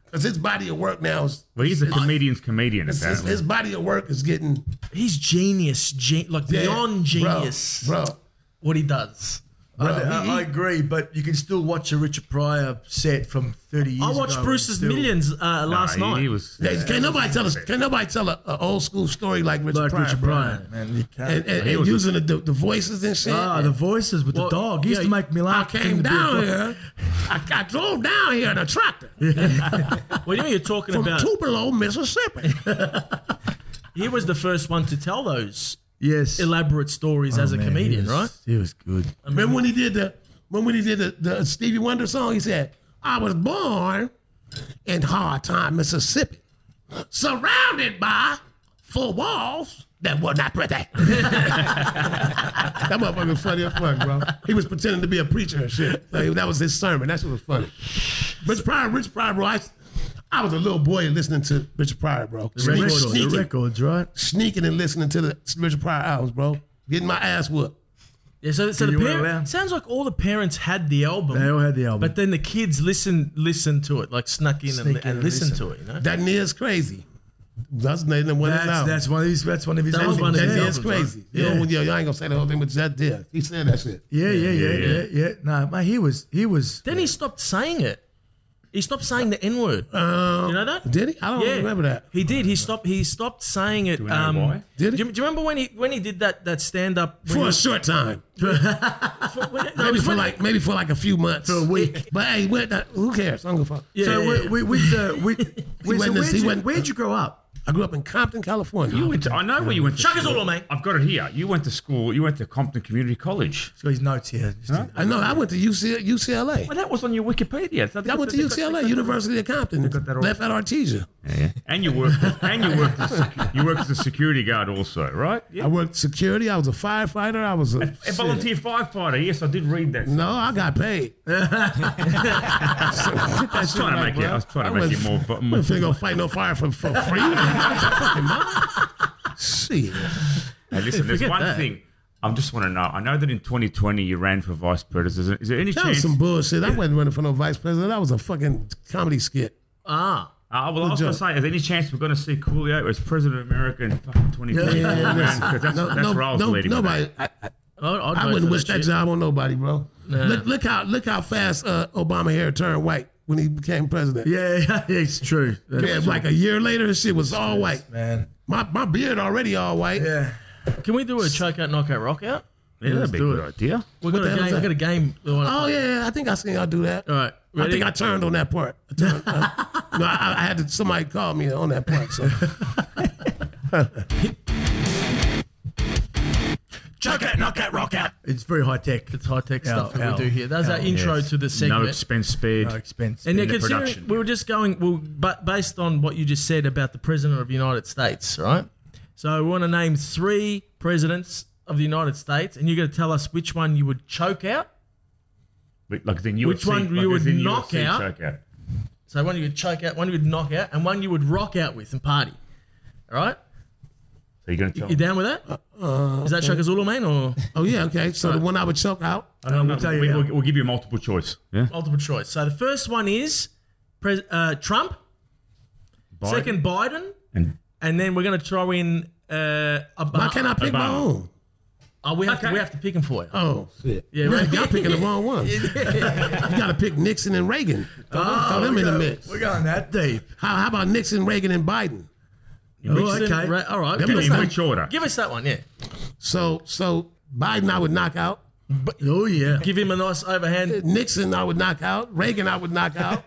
because his body of work now is. Well, he's a comedian's comedian, His, his- apparently. his body of work is getting He's genius, gen- like dead. beyond genius. bro. bro. What he does. I, Bro, I- he- I agree, but you can still watch a Richard Pryor set from thirty years. I watched ago and Bruce's still- Millions uh, Nah, last he- night. He was. Hey, Can't nobody tell us? Can nobody tell a, a old school story like Richard Like Pryor? Richard bro? Pryor, man. You can't. And, and, He and was a- using the, the, the voices and shit. Ah, the voices with Well, the dog He used yeah, to make me I laugh. came pretending to be a down dog. here. I, I drove down here in a tractor What do you mean you're talking from about? Tupelo, Mississippi. He was the first one to tell those Yes, Oh, elaborate stories Oh, as a Man, he comedian, was- right? He was good. Remember when he did the remember when he did the, the Stevie Wonder song? He said, "I was born in Hard Time, Mississippi, surrounded by four walls that were not pretty." that motherfucker was funny as fuck, bro. He was pretending to be a preacher and shit. Like, that was his sermon. That shit was funny. Rich Pryor, Rich Pryor, bro. I, I was a little boy listening to Richard Pryor, bro. Sneaking, Records, the sneaking, records, right? sneaking and listening to the Richard Pryor albums, bro. Getting my ass whooped. Yeah, so, so the You weren't parent allowed. sounds like all the parents had the album. They all had the album. But then the kids listen listen to it, like snuck in and, Sneak and, in and listen, listen. to it. You know, That near is crazy. That's not even what it's That's, out. that's one of his. That's one of his. That was albums. one of his That near yeah. is albums, right? crazy. You know, you, I ain't gonna say the whole thing, but that did. He said that shit. Yeah, yeah, yeah, yeah, yeah, No, mate, he was. He was. then he stopped saying it. He stopped saying the N word. Um, you know that? Did he? I don't Yeah. remember that. He did. He stopped. He stopped saying it. we know um, why? do Did he? you, do you remember when he when he did that that stand up? For a short time, maybe for like maybe for like a few months, for a week. But hey, what the, who cares? I don't give a fuck. yeah, So yeah, we, yeah. we, with the, we, we, so wasn't- where'd, he you, wasn't- where'd you grow up? I grew up in Compton, California. You went to, I know where you went to Chuck us school. all on, mate. I've got it here. You went to school. You went to Compton Community College. He's got his notes here. Just- I know. I went to UC, UCLA. Well, that was on your Wikipedia. It's not- I went to UCLA, University of Compton. that all- Left at Artesia. And you worked. And you worked. As, secu- you worked as a security guard also, right? Yeah. I worked security. I was a firefighter. I was a A volunteer firefighter. Yes, I did read that. No, I got paid. I was trying to make it. I was trying to make it more. vo- I'm more finna go fight no fire for, for free. Fucking mother. Shit. Hey, listen, there's Forget one that. thing. I just want to know. I know that in 2020 you ran for vice president. Is there any That chance? was some bullshit. I wasn't running for no vice president. That was a fucking comedy skit. ah, Uh, well, I was Good going to job. say, is there any chance we're going to see Coolio as president of America in fucking 2020? Yeah, yeah, Man, 'cause that's, No, that's no, where I was no, leading with nobody. I, I, I'd I vote wouldn't for wish that shit. job on nobody, bro. Look, look how look how fast uh, Obama hair turned white when he became president. Yeah, yeah, it's true. That's Yeah, true, like a year later, his shit was all white. man. My my beard already all white. Yeah. Can we do a chokeout, knockout, rockout? that. Yeah, that'd be a good idea. We've got the a hell is game. We've that? got a game. we wanna- Oh yeah, yeah, I think I seen y'all do Uh, that. All right. I Ready? think I turned on that part. I turned- I- no, I, I had to, somebody called me on that part. So. It's very high tech. It's high tech Ow, stuff that ow, we do here. That's our ow, intro yes. to the segment. No expense spared. No expense. and And then the considering production. we were just going, well, but based on what you just said about the president of the United States, right? So we want to name three presidents of the United States, and you're going to tell us which one you would choke out. But, Like then you Which one you would knock out? Chokeout. So one you would choke out, one you would knock out, and one you would rock out with and party. All right, So you're going to tell you down with that? Is that Chuck Azula, man, or Oh yeah, okay. So the one I would choke out. No, no, tell you we, now. will we'll give you multiple choice. Yeah. multiple choice? So the first one is pres- uh, Trump. Biden Second, Biden, And and then we're going to throw in. Uh, Why Obama. can't I pick my Obama. own? Oh, we have to we have to pick him for you. Oh shit! Yeah, right. Y'all picking the wrong one. you gotta pick Nixon and Reagan. Throw them, Oh, throw them in the mix. We're going that deep. How, how about Nixon, Reagan, and Biden? Oh, okay. Right, all right. Them Give was us, in that, which order? give us that one, yeah. So so Biden I would knock out. oh yeah. Give him a nice overhand. Nixon, I would knock out. Reagan, I would knock out.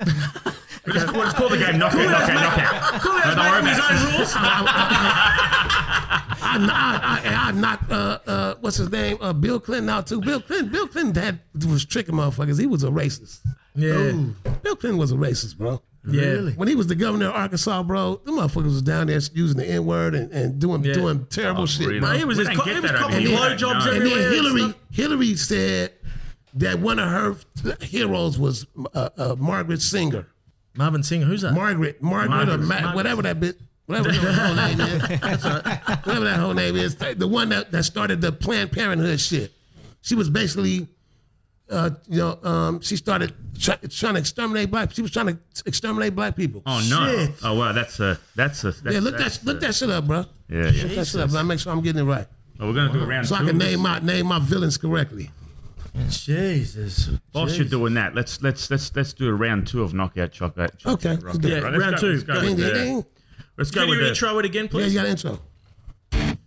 We just, we'll just call the game knockout, knockout, knockout. Cool No, as don't worry making his about own rules. I, I, I, I knocked uh, uh, what's his name, uh, Bill Clinton out too. Bill Clinton, Bill Clinton had, was tricking motherfuckers. He was a racist. Yeah. Bill Clinton was a racist, bro. Yeah. When he was the governor of Arkansas, bro, the motherfuckers was down there using the N word and, and doing Yeah. Oh, doing terrible shit, really? bro. He was We just don't co- get he was that over copying here. blowjobs No. And then everywhere. Hillary, Hillary said that one of her heroes was uh, uh, Margaret Singer. Marvin Singer, who's that? Margaret, Margaret, or Margaret. Ma- whatever that bitch, whatever that whole name is, whatever that whole name is, the one that, that started the Planned Parenthood shit. She was basically, uh, you know, um, she started try, trying to exterminate black. She was trying to exterminate black people. Oh no! Shit. Oh wow, that's a that's a that's, yeah, look that look that shit up, bro. Yeah, yeah. Look that shit up. I make sure I'm getting it right, Oh, we're gonna do a round so two. I can name my name my villains correctly. Jesus. Whilst you're doing that, let's let's let's let's do a round two of knockout chocolate. Okay, chocolate let's rocket, do right? it. Yeah, Let's round go- two. Let's go Ding, Ding, with ding, the- ding. let's go Can with you the- intro it again, Yeah, you please? got an intro.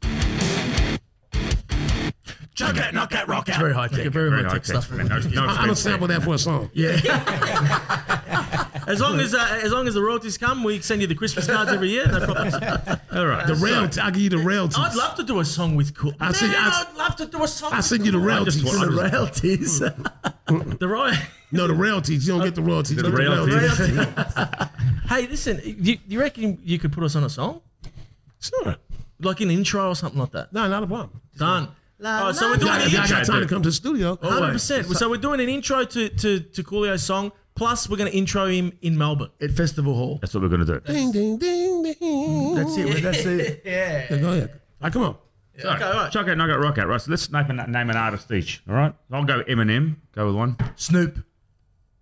Chocolate, knockout, rock out. It's very high tech. Very, Very high tech stuff. man. No, no I'm gonna offense. sample that for a song. Yeah, As long as uh, as long as the royalties come, we send you the Christmas cards every year. No problem. All right. the rail. I'll give you the rail. I'd love to do a song with Cool. I sing- Man, I- I'd love to do a song. I with send you the Kool. I just royalties. want- I just- The royalties. The right. No, the royalties. You don't get the royalties. The You get royalties. Hey, listen. You, you reckon you could put us on a song, Sure. like an intro or something like that? No, not a problem. Done. All right, so we're You doing got, an if y'all intro. got time to come to the studio. Hundred percent. So we're doing an intro to to to Coolio's song. Plus, we're going to intro him in Melbourne. At Festival Hall. That's what we're gonna do. Ding, ding, ding, ding. That's it. man. That's it. Yeah, go ahead. All right, come on. All right. Okay, all right. Chocolate, knockout, rock out. Right. So let's name, an- name an artist each. All right. I'll go Eminem. Go with one. Snoop.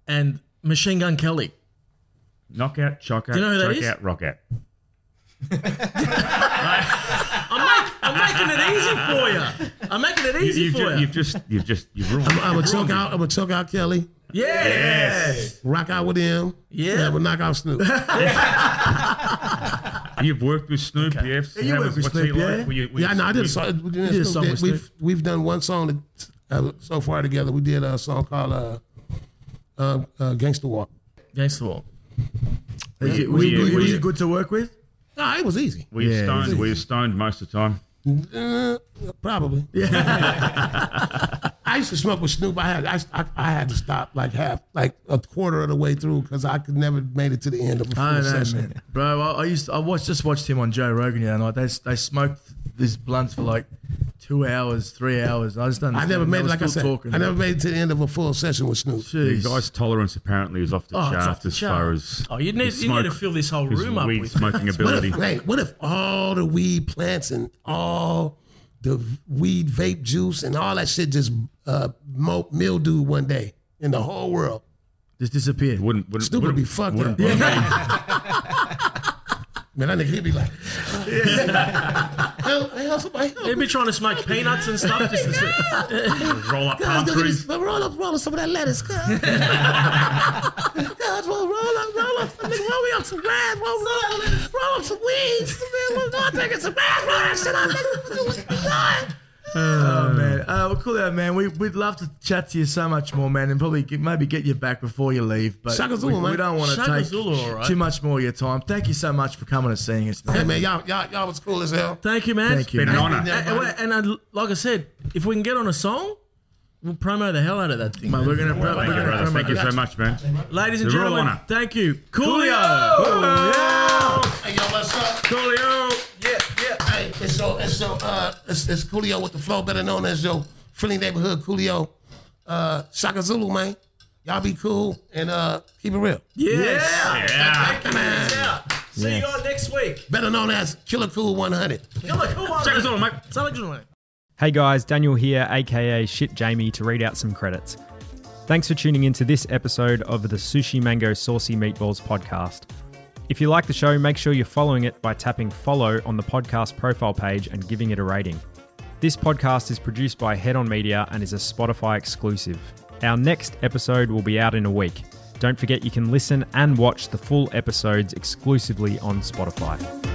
And Machine Gun Kelly. Knockout, chocolate, Do you know who that chocolate, is? rock out. I'm making it easy for you. I'm making it easy You, have for you. just, you've just, you've ruined. I'm gonna choke out. I'm gonna choke out Kelly. yeah. Rock out with him. Yeah. and we'll knock out Snoop. You've worked with Snoop. Yeah. you How worked was- with what's Snoop, he like? yeah. Were you- were yeah, you- no, I did a you- song. We did a song with We've we've done one song that, uh, so far together. We did a song called uh, uh, uh, "Gangsta Walk." Against the wall. Was it- Were was you- it- were was you- it good to work with? Nah, it was easy. Were you Yeah, stoned? it's- Were you stoned most of the time? Uh, probably. Yeah. I used to smoke with Snoop. I had I, I, I had to stop like half, like a quarter of the way through because I could never made it to the end of a full I know, session. man. bro. I, I used I watched just watched him on Joe Rogan the other night. They s- they smoked these blunts for like two hours, three hours. I just don't. I never understand. made it. They were Like I still said, talking. I never made it to the end of a full session with Snoop. Jeez. The guy's tolerance apparently is off the Oh, it's chart off the as far chart. as Oh, you need- his you need to fill this whole his room up weed with- smoking What ability. if, hey, what if all the weed plants and all the weed vape juice and all that shit just uh, mo- mildew one day in the whole world? just disappeared. wouldn't wouldn't, Snoop would wouldn't be fucked wouldn't up. bother me. Man, that nigga, he'd be like, hell, hell, somebody help me. They'd be trying to smoke peanuts and stuff. Just to roll up palm Guys, look at this. trees. Roll up, roll up some of that lettuce, cuz. Guys, roll, roll up, roll up. Nigga, roll me up some grass, roll, roll, roll up some weeds. Man, we're going to take it some grass, roll that shit up. nigga. What you doing? Oh man, uh, well, cool out, man. We we'd love to chat to you so much more, man, and probably get, maybe get you back before you leave. But Shaka we, Zulu, we man. don't want to Shaka take Zulu, all right. too much more of your time. Thank you so much for coming and seeing us, Hey, man. man, y'all, y'all, y'all was cool as hell. Thank you, man. Thank you. Been an man. honour. And, and, and I'd- like I said, if we can get on a song, we'll promo the hell out of that thing. Mate, we're gonna, pro- Thank we're you, gonna brother. promote Thank you it. so much, man. Ladies and It's a real gentlemen, honour. thank you. Coolio! Hey, yo, what's up? Coolio. Yeah, yeah. Hey, it's your, it's your, uh, it's, it's Coolio with the flow, better known as your friendly neighborhood Coolio. Uh, Shaka Zulu, man. Y'all be cool and uh, keep it real. Yes. Yeah. Peace out. See you guys next week. Better known as Killer Cool 100. You're like, cool one. Check us all, mate. Sound like you're like- Hey guys, Daniel here, aka Shit Jamie, to read out some credits. Thanks for tuning into this episode of the Sushi Mango Saucy Meatballs podcast. If you like the show, make sure you're following it by tapping follow on the podcast profile page and giving it a rating. This podcast is produced by Head On Media and is a Spotify exclusive. Our next episode will be out in a week. Don't forget you can listen and watch the full episodes exclusively on Spotify.